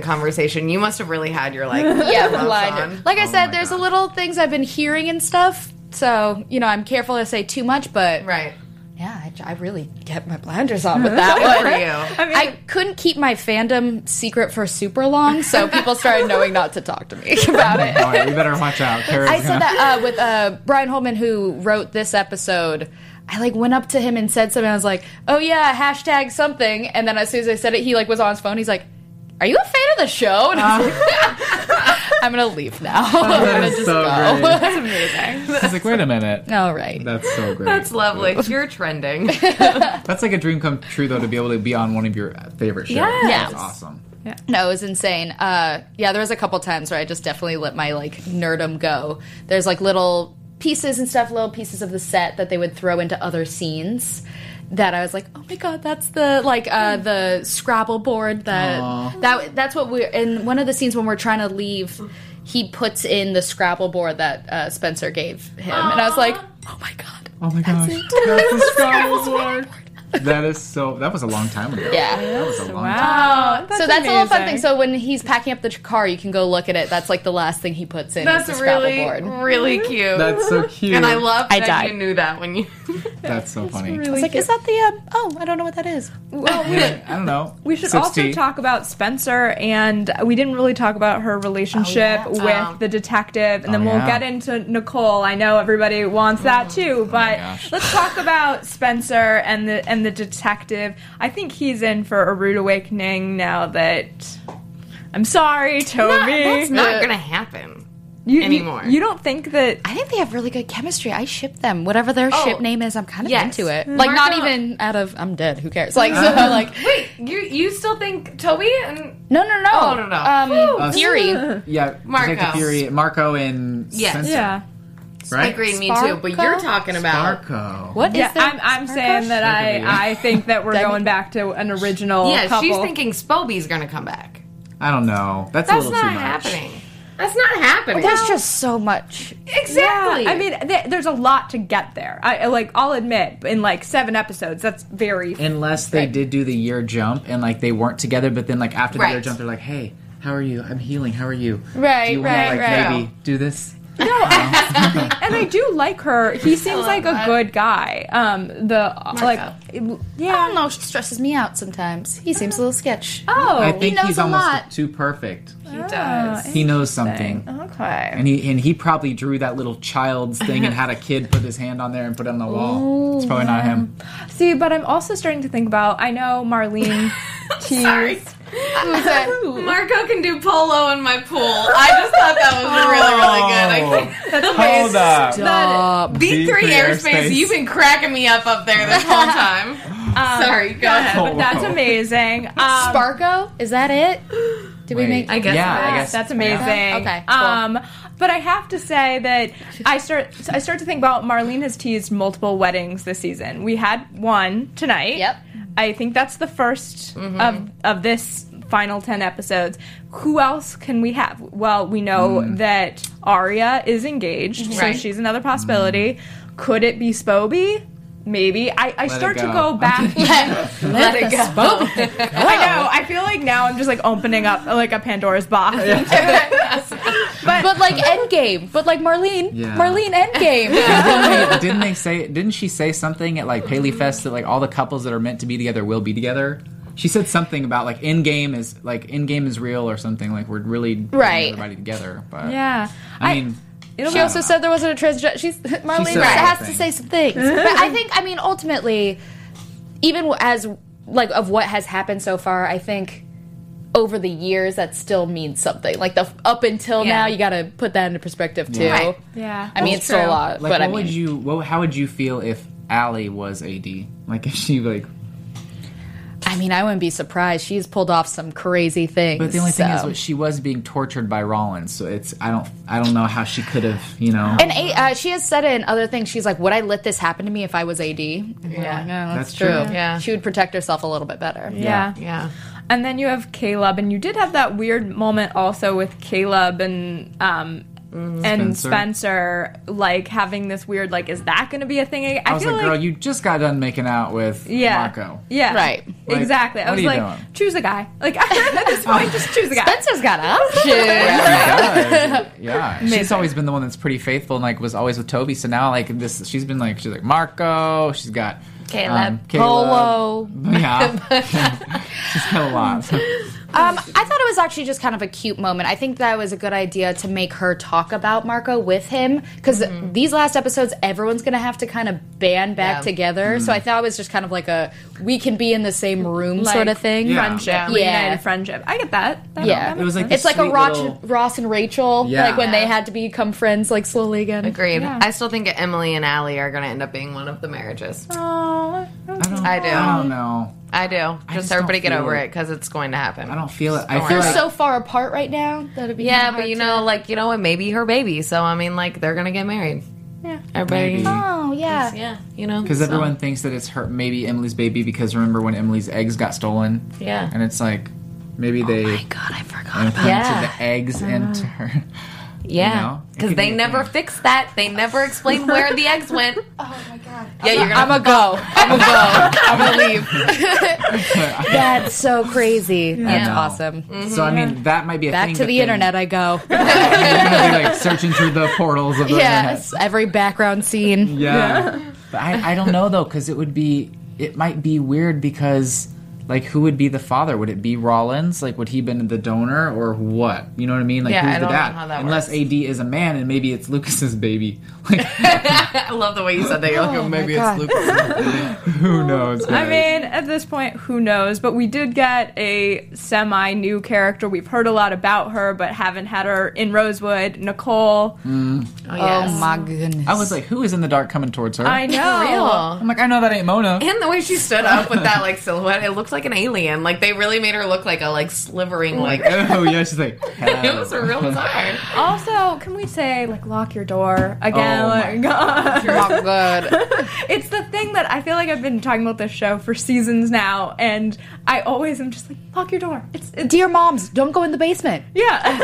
E: conversation. You must have really had your like
G: yeah,
E: gloves
G: blind.
E: on.
G: Like I
H: Oh
G: said,
H: my
G: there's
H: God.
G: a little things I've been hearing and stuff, So, you know, I'm careful to say too much, but
E: Right.
G: yeah, I, I really kept my blinders on with that one.
E: For you.
G: I, couldn't keep my fandom secret for super long, so people started knowing not to talk to me about it.
H: All right, we better watch out. Kara's
G: I said
H: gonna-
G: that uh, with uh, Brian Holman, who wrote this episode. I like went up to him and said something. I was like, "Oh yeah, hashtag something." And then as soon as I said it, he like was on his phone. He's like, "Are you a fan of the show?" And I was like, I'm gonna leave now. I'm
H: that
G: gonna
H: is
G: just
H: so
G: go.
H: great.
G: That's amazing.
H: It's like, wait a minute.
G: All right.
H: That's so great.
E: That's lovely. You're trending.
H: That's like a dream come true, though, to be able to be on one of your favorite shows.
E: Yes.
H: That's
G: Yes.
H: awesome.
G: No, it was insane. Uh, yeah, there was a couple times where I just definitely let my like nerdum go. There's like little pieces and stuff, little pieces of the set that they would throw into other scenes. That I was like, oh my god, that's the like uh, the Scrabble board that that that's what we're in one of the scenes when we're trying to leave. He puts in the Scrabble board that uh, Spencer gave him, and I was like, oh my god,
H: Oh my gosh. That's the Scrabble board. That is so. That was a long time ago.
G: yeah.
H: That was a long time.
B: Wow.
G: so that's a little fun thing. So when he's packing up the tr- car, you can go look at it. That's like the last thing he puts in. is the
E: That's
G: Scrabble
E: really,
G: board.
E: really cute.
H: That's so cute.
E: and I love
G: I
E: that
G: died.
E: you knew that when you.
H: That's so funny.
G: I was like, is that the? Um, oh, I don't know what that is.
B: well, we,
H: I don't know.
B: we should
H: 60.
B: also talk about Spencer, and we didn't really talk about her relationship
E: Oh,
B: with
E: Um,
B: the detective, and then
H: Oh,
B: we'll
H: yeah. oh,
B: get into Nicole. I know everybody wants
E: Oh,
B: that too, but
H: gosh.
B: let's talk about Spencer and the and the detective. I think he's in for a rude awakening now that. I'm sorry, Toby.
E: That's not gonna happen.
B: you, you-
E: anymore.
B: You, don't think that
G: I think they have really good chemistry. I ship them. Whatever their ship name is, I'm kind of
E: yes.
G: into it. Like, not
E: Marco-
G: even out of I'm dead. Who cares? Like, so like,
E: Wait, you you still think Toby and
G: no, no, no,
E: Oh, no, no.
G: Um,
H: Uh,
G: Fury.
H: Yeah,
E: Marco.
H: Detective Fury, Marco and
E: Yes.
H: Spencer,
B: yeah.
H: right?
E: agreed me too, but you're talking about
H: Marco.
G: What is
B: Yeah,
G: their-
B: I'm, I'm saying that
H: Sparkle?
B: I, I think that we're
G: That-
B: going back to an original
E: yeah.
B: couple.
E: She's thinking Spoby's gonna come back.
H: I don't know. That's, a
E: That's
H: little
E: not
H: too much.
E: happening. That's not happening.
G: There's just so much.
E: exactly.
B: Yeah, I mean, th- there's a lot to get there. I I- like. I'll admit, in like seven episodes, that's very.
H: Unless they did do the year jump and like they weren't together, but then like after the year
E: Right.
H: jump, they're like, "Hey, how are you? I'm healing. How are you?
G: Right,
H: do you wanna,
G: right,
H: like,
G: right.
H: Maybe do this."
B: and I do like her. He seems like a good guy. Um, the like, yeah.
G: I don't know. She stresses me out sometimes. He seems a little sketch.
B: Oh,
H: I think
G: knows
H: he's
G: a
H: almost
G: lot.
H: too perfect.
E: he does.
H: He knows something.
B: okay.
H: And he and he probably drew that little child's thing and had a kid put his hand on there and put it on the wall. it's probably not him.
B: See, but I'm also starting to think about. I know Marlene. Sorry.
E: Marco can do polo in my pool. I just thought that was really, really good. I think that's
H: Hold
G: Uh,
H: up.
E: That-
H: Oh, Deep
E: B3
H: Three
E: airspace,
H: Airspace.
E: you've been cracking me up up there this whole time. Sorry, go ahead.
H: Oh,
B: That's
H: wow.
B: amazing. Um,
G: Sparko, is that it? Did we
H: Wait.
G: make?
E: I guess
H: Yeah, I
E: not.
H: guess-
B: That's amazing.
G: Okay, cool.
B: Um, but I have to say that I start I start to think about Marlene has teased multiple weddings this season. We had one tonight.
G: Yep. Mm-hmm.
B: I think that's the 1st of of this final ten episodes. Who else can we have? Well, we know that Arya is engaged,
E: Right.
B: so she's another possibility. Could it be Spoby? Maybe. I, I start to
H: go.
B: go back.
G: Let it go.
B: I know. I feel like now I'm just like opening up like a Pandora's box.
G: But like Endgame. But like Marlene.
H: Yeah.
G: Marlene Endgame.
H: didn't, they, didn't they say? Didn't she say something at like Paley Fest that like all the couples that are meant to be together will be together? She said something about like in game is like in game is real or something like we're really bringing
G: Right.
H: everybody together. But
B: Yeah.
H: I mean,
B: It'll
G: She
B: be-
G: also said there wasn't a trans. She's Marlene
H: said
G: has to
H: something.
G: say some things, but I think I mean ultimately, even w- as like of what has happened so far, I think over the years that still means something. Like the f- up until
E: Yeah.
G: now, you got to put that into perspective too.
E: Right.
B: Yeah.
G: I mean, it's still a lot,
H: like
G: but
H: what
G: I mean,
H: would you? What, how would you feel if Allie was AD? Like if she like.
G: I mean, I wouldn't be surprised. She's pulled off some crazy things.
H: But the only thing is,
G: so.
H: what she was being tortured by Rollins, so it's I don't I don't know how she could have you know.
G: And A- uh, she has said in other things, she's like, "Would I let this happen to me if I was AD?" Yeah, yeah that's,
H: That's
G: true.
H: true.
E: Yeah.
G: she would protect herself a little bit better.
B: Yeah.
E: Yeah.
B: And then you have Caleb, and you did have that weird moment also with Caleb and um, and
H: Mm, Spencer.
B: Spencer like having this weird like is that going to be a thing? again?
H: I was
B: feel
H: like, girl, you just got done making out with
B: yeah,
H: Marco.
B: yeah,
G: Right.
H: Like,
B: exactly. I
H: what
B: was
H: are you
B: like,
H: doing?
B: choose a guy. Like at this point, just choose a guy.
G: Spencer's got options.
H: Yeah, yeah. she's
B: Amazing.
H: always been the one that's pretty faithful and like was always with Toby. So now like this, she's been like she's like Marco. She's got um,
E: Caleb.
G: Polo.
H: Yeah, she's got a lot.
G: Um, I thought it was actually just kind of a cute moment. I think that was a good idea to make her talk about Marco with him because these last episodes, everyone's going to have to kind of band back
E: Yeah.
G: together. So I thought it was just kind of like a we can be in the same room
B: Like,
G: sort of thing.
H: Yeah.
B: friendship,
E: Yeah.
B: reunited friendship. I get that. That-
G: Yeah.
B: that
H: It was
B: makes
H: like
G: It's
H: this
G: like a
H: sweet
G: Ross,
H: little-
G: Ross and Rachel,
H: Yeah.
G: like when they
E: Yeah.
G: had to become friends, like slowly again.
E: Agreed.
B: Yeah.
E: I still think Emily and Allie are going to end up being one of the marriages.
B: sense. Aw,
H: I don't,
E: I do.
H: I don't know.
E: I do. Just,
H: just
E: everybody
H: don't
E: get
H: feel
E: over
H: it.
E: it because it's going to happen.
H: I don't feel it. I feel
E: Don't worry.
G: They're
H: like
G: so far apart right now that it'd be
E: Yeah,
G: kinda
E: but
G: hard
E: you
G: to-
E: know, like you know, it may be her baby. So I mean, like they're gonna get married.
B: Yeah.
E: everybody.
H: Maybe.
G: Oh yeah.
E: Yeah, you know,
H: because
E: so-
H: everyone thinks that it's her, maybe Emily's baby. Because remember when Emily's eggs got stolen,
E: Yeah.
H: and it's like maybe they
G: Oh
E: God, I forgot.
H: implanted
G: Yeah.
H: the eggs
G: Uh-huh.
H: into her.
E: Yeah,
H: know, it
E: because
H: could
E: they
H: be a
E: never
H: thing.
E: fixed that. They never explained where the eggs went. Oh my god. Yeah, you're gonna.
G: I'm a go. I'm a go. I'm gonna leave. That's so crazy. That's
H: I know.
G: awesome.
H: So I mean, that might be a
G: Mm-hmm. Back
H: thing,
G: to
H: but
G: the
H: then
G: internet I go.
H: You're gonna be like searching through the portals of the internet.
G: yes. Every background scene.
H: Yeah. But I, I don't know though, because it would be it might be weird because like who would be the father? Would it be Rollins? Like would he been the donor or what? You know what I mean? Like
E: Yeah,
H: who's
E: I
H: the
E: don't know
H: dad?
E: how that
H: Unless
E: works.
H: AD is a man and maybe it's Lucas's baby. Like
E: I love the way you said that. You're like, oh, maybe it's Lucas.
H: who knows?
B: I
H: guys?
B: mean, at this point, who knows? But we did get a semi new character. We've heard a lot about her, but haven't had her in Rosewood. Nicole.
E: Oh
G: Oh
E: yes.
G: my goodness.
H: I was like, who is in the dark coming towards her?
B: I
E: Oh,
B: know.
E: Real.
H: am like, I know that ain't Mona.
E: And the way she stood up with that like silhouette, it looked like an alien. Like they really made her look like a like slivering like. it
H: oh yeah, she's like, hello.
E: was real bizarre.
B: Also, can we say, like, lock your door again?
H: Oh my
B: like,
G: not good.
B: it's the thing that I feel like I've been talking about this show for seasons now, and I always am just like, lock your door. It's, it's
G: Dear moms, don't go in the basement.
B: yeah.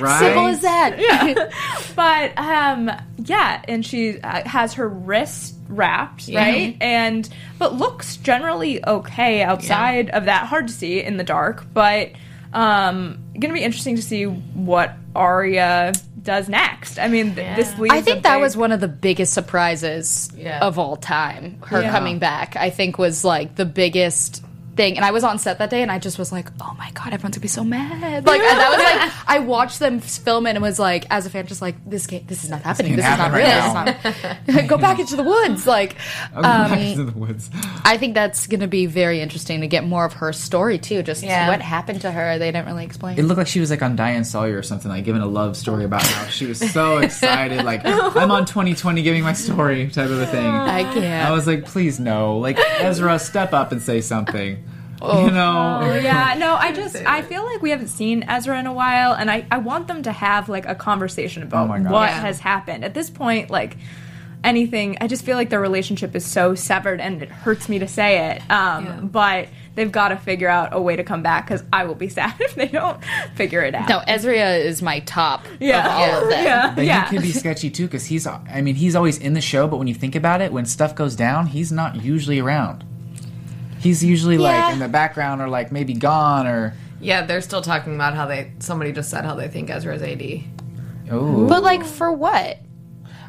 H: right?
G: Simple as that. Yeah.
B: but um yeah and she uh, has her wrist wrapped
E: Yeah.
B: right and but looks generally okay outside of that hard to see in the dark but um gonna be interesting to see what Arya does next i mean th- this leaves
G: I
B: a
G: think that
B: big-
G: was one of the biggest surprises
E: Yeah.
G: of all time. Her
B: Yeah.
G: coming back, I think, was like the biggest thing. And I was on set that day, and I just was like, "Oh my god, everyone's gonna be so mad!" Like and that was like I watched them film it and was like, as a fan, just like this game, this is not happening.
H: can't
G: This is not
H: happen
G: real.
H: right
G: This is not- Go back into the woods. Like,
H: I'm going
G: um,
H: back to the woods.
G: I think that's gonna be very interesting to get more of her story too. Just
E: Yeah.
G: what happened to her. They didn't really explain.
H: It looked like she was like on Diane Sawyer or something, like giving a love story about how she was so excited, like I'm on 2020 giving my story type of a thing.
G: I
H: I,
G: can't.
H: was like, please no, like Ezra, step up and say something. You know,
B: Oh, yeah, no, I just I feel like we haven't seen Ezra in a while, and I I want them to have like a conversation about
H: Oh my
B: what
H: God.
E: Yeah.
B: has happened at this point, like. Anything, I just feel like their relationship is so severed, and it hurts me to say it. Um,
E: Yeah.
B: But they've got to figure out a way to come back because I will be sad if they don't figure it out.
G: no, Ezria is my top
B: Yeah.
G: of all of them.
B: Yeah,
H: but
B: yeah.
H: he could be sketchy too, because he's, I mean, he's always in the show, but when you think about it, when stuff goes down, he's not usually around. He's usually
G: Yeah.
H: like in the background or like maybe gone or
E: Yeah, they're still talking about how they. Somebody just said how they think Ezra's AD.
H: oh,
G: But like for what?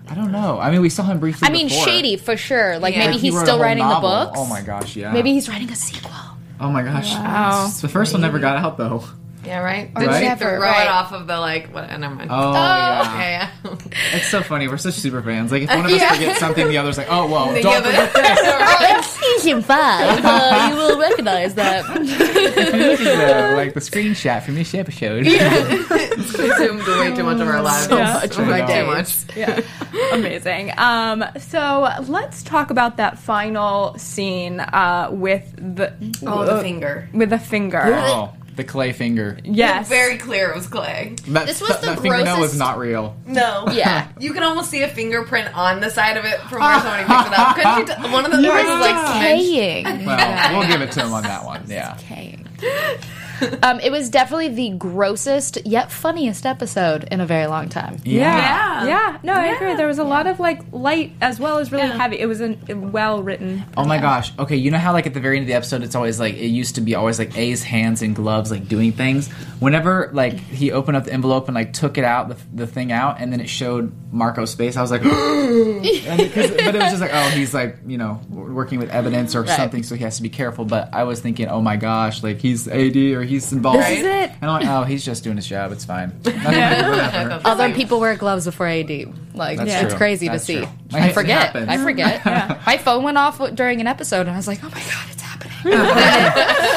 H: I don't know. I mean, we saw him briefly.
G: I mean,
H: before.
G: shady for sure. Like
E: Yeah.
G: maybe
E: Like,
H: He
G: he's
H: wrote a
G: still
H: whole
G: writing
H: novel.
G: the books.
H: Oh my gosh, yeah.
G: Maybe he's writing a sequel.
H: Oh my gosh. The first one never got out though.
E: Yeah, right.
G: Or
E: Did she
G: Zephyr,
E: throw
G: right.
E: it off of the like? What? Never mind.
H: Oh, yeah.
E: Yeah, yeah.
H: It's so funny. We're such super fans. Like if one of us forgets something, the other's like, "Oh, well,
E: The
H: don't
E: other-
H: forget
G: Season five. Uh, you will recognize that.
H: the, like the screenshot from this episode."
E: consumed way too much of our lives. So
G: much of
H: my
E: too
H: days.
E: much.
B: Amazing. Um, so let's talk about that final scene uh, with the
E: Oh,
G: Uh,
E: the finger.
B: with the finger.
H: Oh, the clay finger.
B: yes,
E: Very clear it was clay.
H: That,
G: This was
H: that-
G: the
H: that fingernail
G: grossest-
H: was not real.
E: No.
G: Yeah. Ah.
E: You can almost see a fingerprint on the side of it from where somebody picked it up. Couldn't you t- one of the yeah. was like smidged.
G: Paying.
H: Well, we'll give it to him on that one. Yeah.
G: Paying. Um, it was definitely the grossest yet funniest episode in a very long time.
B: Yeah. Yeah. No, I agree. There was a lot of like light as well as really heavy. It was an, well written.
H: Oh my gosh. Okay, you know how like at the very end of the episode it's always like it used to be always like A's hands and gloves like doing things. Whenever like he opened up the envelope and like took it out the, the thing out and then it showed Marco's face, I was like and it- 'cause- but it was just like oh he's like, you know, w- working with evidence or
G: Right.
H: something so he has to be careful, but I was thinking, "Oh my gosh, like he's AD or he's involved."
B: This is it.
H: And I'm like, "Oh, he's just doing his job. It's fine." Whatever.
G: Other people wear gloves before AD. Like
H: That's
G: it's
H: true.
G: crazy
H: That's
G: to see.
H: true.
G: I
H: It
G: forget.
H: happens.
G: I forget. My phone went off during an episode, and I was like, "Oh my god, it's happening!"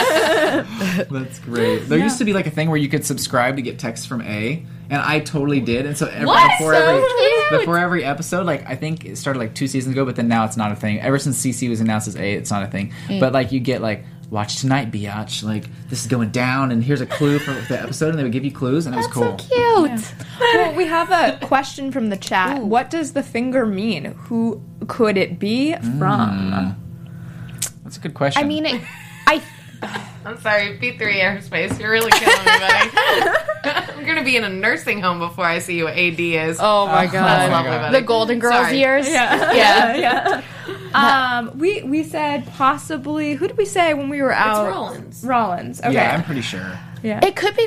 H: That's great. There used to be like a thing where you could subscribe to get texts from A, and I totally did. And so every,
G: What?
H: before
G: So
H: every
G: cute!
H: before every episode, like I think it started like two seasons ago, but then now it's not a thing. Ever since CC was announced as A, it's not a thing. But like you get like watch tonight, biatch. Like this is going down, and here's a clue for the episode, and they would give you clues, and it was cool.
G: Cute.
B: well, we have a question from the chat. What does the finger mean? Who could it be from?
H: That's a good question.
G: I mean, it, I
E: I'm sorry, P3 airspace. You're really killing me, buddy. I'm gonna be in a nursing home before I see you. AD is.
G: oh my
E: that's
G: god,
E: lovely,
H: God.
E: buddy.
G: the Golden Girls
E: Sorry.
G: years.
B: Yeah.
G: Yeah.
B: yeah. Um, we we said possibly. Who did we say when we were
G: Oh.
B: out?
E: Rollins.
B: Rollins. Okay.
H: yeah, I'm pretty sure.
G: It could be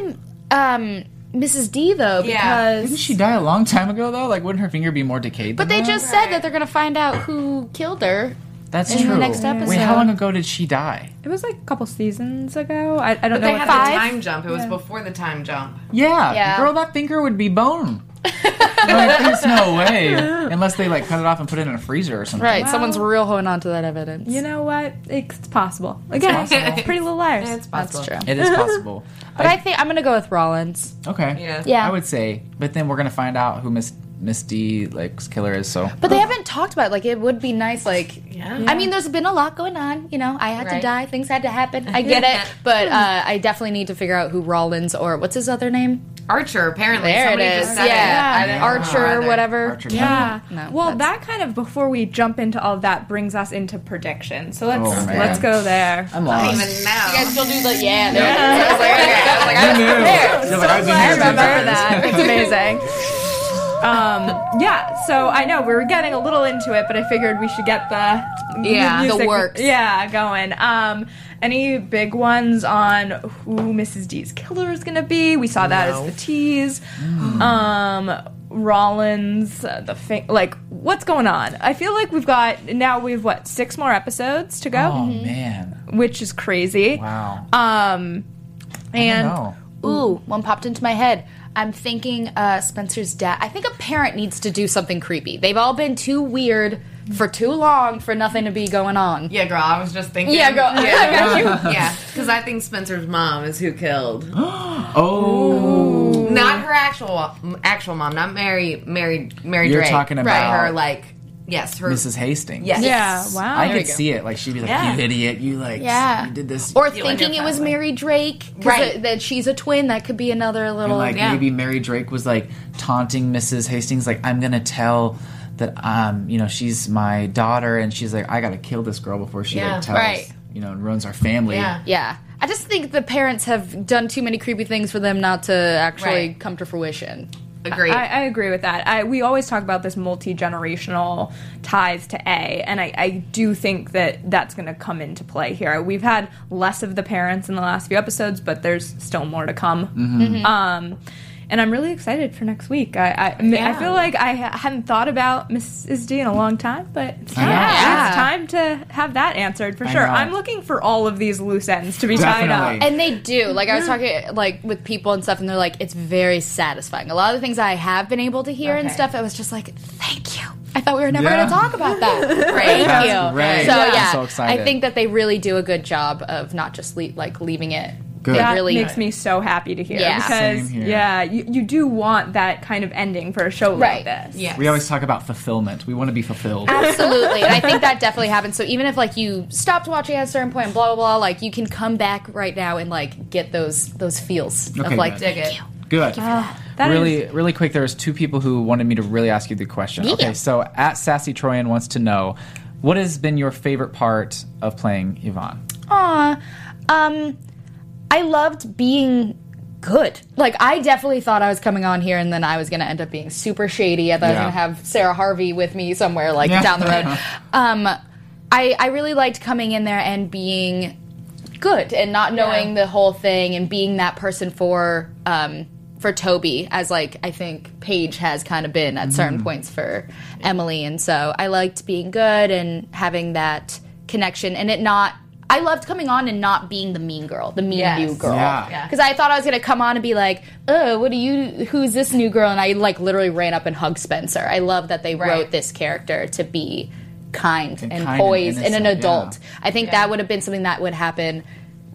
G: um, Mrs. D though,
E: Yeah.
G: because
H: Didn't she die a long time ago though? Like, wouldn't her finger be more decayed?
G: but
H: than
G: they
H: that?
G: just said that they're gonna find out who killed her.
H: that's
G: in the
H: true.
G: next
H: Wait,
G: episode.
H: how long ago did she die?
B: It was like a couple seasons ago. I, I don't
E: But
B: know.
E: they
B: what
E: had
B: that-
E: the
G: Five?
E: time jump. It was before the time jump.
H: Yeah,
G: Yeah.
H: girl, that finger would be bone. like, there's no way, unless they like cut it off and put it in a freezer or something.
G: Right, someone's real holding on to that evidence.
B: you know what? It's possible. Again,
H: possible.
B: Pretty Little Liars.
E: It's
G: that's
E: possible.
G: true.
H: It is possible.
G: But I think I'm gonna go with Rollins.
H: okay.
E: Yeah.
G: Yeah.
H: I would say, but then we're gonna find out who Miss Miss D like killer is. So
G: But they haven't talked about it. like it would be nice like
E: Yeah.
G: I mean there's been a lot going on, you know. I had to
E: Right.
G: die, things had to happen. I get it. But uh, I definitely need to figure out who Rollins or what's his other name?
E: Archer, apparently.
G: There
E: Somebody
G: it
E: Just
G: is.
E: said
G: Yeah.
E: It. I didn't know
G: Archer,
E: either.
G: whatever.
H: Archer
B: Yeah.
G: No,
B: well,
G: that's-
B: that kind of before we jump into all that brings us into predictions. So let's
H: Oh, man.
B: let's go there.
G: Um,
H: I'm
E: I don't
H: lost.
E: even know.
G: still do the yeah.
E: I was like, okay. I was like, I-
H: You're like, I've been
B: I
H: here since
B: remember
H: first.
B: that. It's amazing. Um, yeah, so I know we were getting a little into it, but I figured we should get the
E: Yeah, the
B: music-
G: works.
B: yeah going. Um, any big ones on who Mrs. D's killer is going to be? We saw that as the tease.
G: Mm.
B: Um, Rollins, uh, the thing, like what's going on? I feel like we've got now we've what six more episodes to
H: Oh
B: go,
H: man,
B: which is crazy.
H: wow.
B: Mm-hmm. Um, and
H: no.
G: Ooh, one popped into my head. I'm thinking uh, Spencer's dad. I think a parent needs to do something creepy. They've all been too weird for too long for nothing to be going on.
E: Yeah, girl. I was just thinking.
G: Yeah, girl. I got you.
E: Yeah, because I think Spencer's mom is who killed.
H: Oh,
E: not her actual actual mom, not Mary Mary Mary
H: You're
E: Drake.
H: talking
E: Right,
H: about-
E: her like yes, her
H: Mrs. Hastings.
E: yes.
B: yeah, wow.
H: I
G: There
H: could
G: we go.
H: see it. Like she'd be like,
E: Yeah.
H: "You idiot! You like,
G: Yeah.
H: you did this."
G: Or
E: like
G: thinking
E: your
G: it was
E: family.
G: Mary Drake, 'cause
E: Right.
G: it- that she's a twin. That could be another
H: And
G: little.
H: like
E: yeah.
H: maybe Mary Drake was like taunting Mrs. Hastings, like I'm gonna tell that um you know she's my daughter, and she's like I gotta kill this girl before she
E: Yeah.
H: like tells
G: Right.
H: you know and ruins our family.
E: Yeah.
G: yeah, I just think the parents have done too many creepy things for them not to actually
E: Right.
G: come to fruition.
E: Agreed.
B: I, I agree with that. I, we always talk about this multi generational ties to A, and I, I do think that that's going to come into play here. We've had less of the parents in the last few episodes, but there's still more to come.
H: Mm-hmm.
B: Um, and I'm really excited for next week. I I, I mean, I feel like I ha- hadn't thought about Mrs. D in a long time, but it's time,
H: Yeah.
B: it's time to have that answered for sure.
H: know.
B: I'm looking for all of these loose ends to be tied up.
H: Definitely.
G: And they do. Like I was talking like with people and stuff, and they're like, it's very satisfying. A lot of the things I have been able to hear and
E: Okay.
G: stuff, I was just like, thank you. I thought we were never
H: Yeah.
G: going to talk about that. thank
H: That's
G: you.
H: great.
G: So
H: I'm
G: yeah,
H: so
G: I
H: excited.
G: think that they really do a good job of not just le- like leaving it.
H: Good.
G: They
B: That
G: really
B: makes me so happy to hear
G: Yeah.
B: because
H: Same here.
B: yeah, you, you do want that kind of ending for a show
G: Right.
B: like this.
E: yes.
H: We always talk about fulfillment. We want to be fulfilled.
E: Ah.
G: Absolutely, and I think that definitely happens. So even if like you stopped watching at a certain point, blah blah blah, like you can come back right now and like get those those feels
H: Okay,
G: of like
H: good.
E: dig it.
H: Good.
B: That is-
H: really, really quick. There was two people who wanted me to really ask you the question. Okay, so at Sassy Troyan wants to know, what has been your favorite part of playing Yvonne?
G: Aw. Um, I loved being good. Like I definitely thought I was coming on here and then I was going to end up being super shady. I thought I was
H: Yeah.
G: going to have Sarah Harvey with me somewhere like
H: Yeah.
G: down the road. um I I really liked coming in there and being good and not knowing the whole thing and being that person for um for Toby as like I think Paige has kind of been
H: Mm-hmm.
G: at certain points for Emily and so I liked being good and having that connection and it not I loved coming on and not being the mean girl, the mean
E: Yes.
G: new girl.
H: Yeah. Yeah.
G: Because I thought I was gonna come on and be like, "Oh, what do you? Who's this new girl?" And I like literally ran up and hugged Spencer. I love that they
E: Right.
G: wrote this character to be kind and,
H: kind and
G: poised and, an
H: innocent,
G: adult.
H: yeah.
G: I think that would have been something that would happen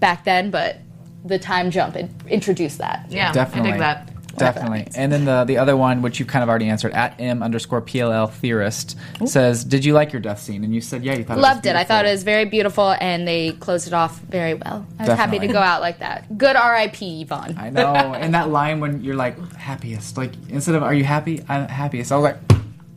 G: back then, but the time jump and introduced that.
E: Yeah,
H: Definitely.
E: I dig that.
H: Definitely. And then the, the other one, which you've kind of already answered, at m underscore PLL theorist, says, Did you like your death scene? And you said, Yeah, you thought
G: Loved it.
H: it was
G: I
H: beautiful."
G: thought it was very beautiful, and they closed it off very well. I was happy
H: Definitely.
G: to go out like that. Good R.I.P. Yvonne.
H: I know. and that line when you're like, happiest. Like, instead of, Are you happy? I'm happiest. I was like,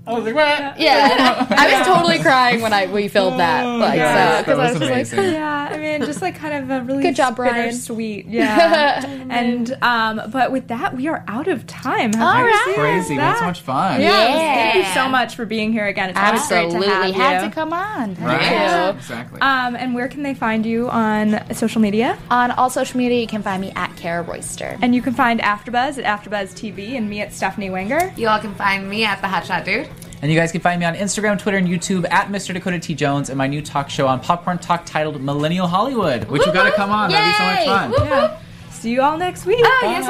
F: I was like, what?
G: yeah, I was totally crying when I we filled that.
H: Oh,
G: Like,
H: Yes,
G: so, 'cause
H: that
G: I
H: was
G: was just like,
H: amazing.
B: Yeah, I mean, just like kind of a really
G: Good job, Brian.
B: bittersweet. Yeah, and um, but with that, we are out of time. How
G: All
B: crazy
G: right.
B: is
H: Crazy. We had so
B: that?
H: much fun.
B: Yeah,
G: Yeah.
B: Thank you so much for being here again. It's always great
G: Absolutely,
B: to have
G: had
B: you.
G: to come on. Thank
H: Right?
G: you. Uh,
H: Exactly.
B: Um, and where can they find you on social media?
G: On all social media, you can find me at Kara Royster.
B: And you can find AfterBuzz at AfterBuzz TV and me at Stephanie Wenger.
E: You all can find me at the Hotshot Dude.
H: And you guys can find me on Instagram, Twitter, and YouTube at Mr. Dakota T. Jones and my new talk show on Popcorn Talk titled Millennial Hollywood, which you gotta come on. That'd be so much
G: Yay!
H: fun.
G: Woo-hoo.
B: See you all next week.
E: Oh, yes,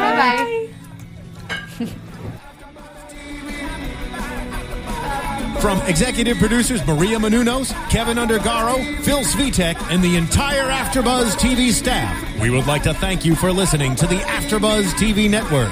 E: bye-bye.
C: From executive producers Maria Manunos, Kevin Undergaro, Phil Svitek, and the entire Afterbuzz TV staff, we would like to thank you for listening to the Afterbuzz TV network.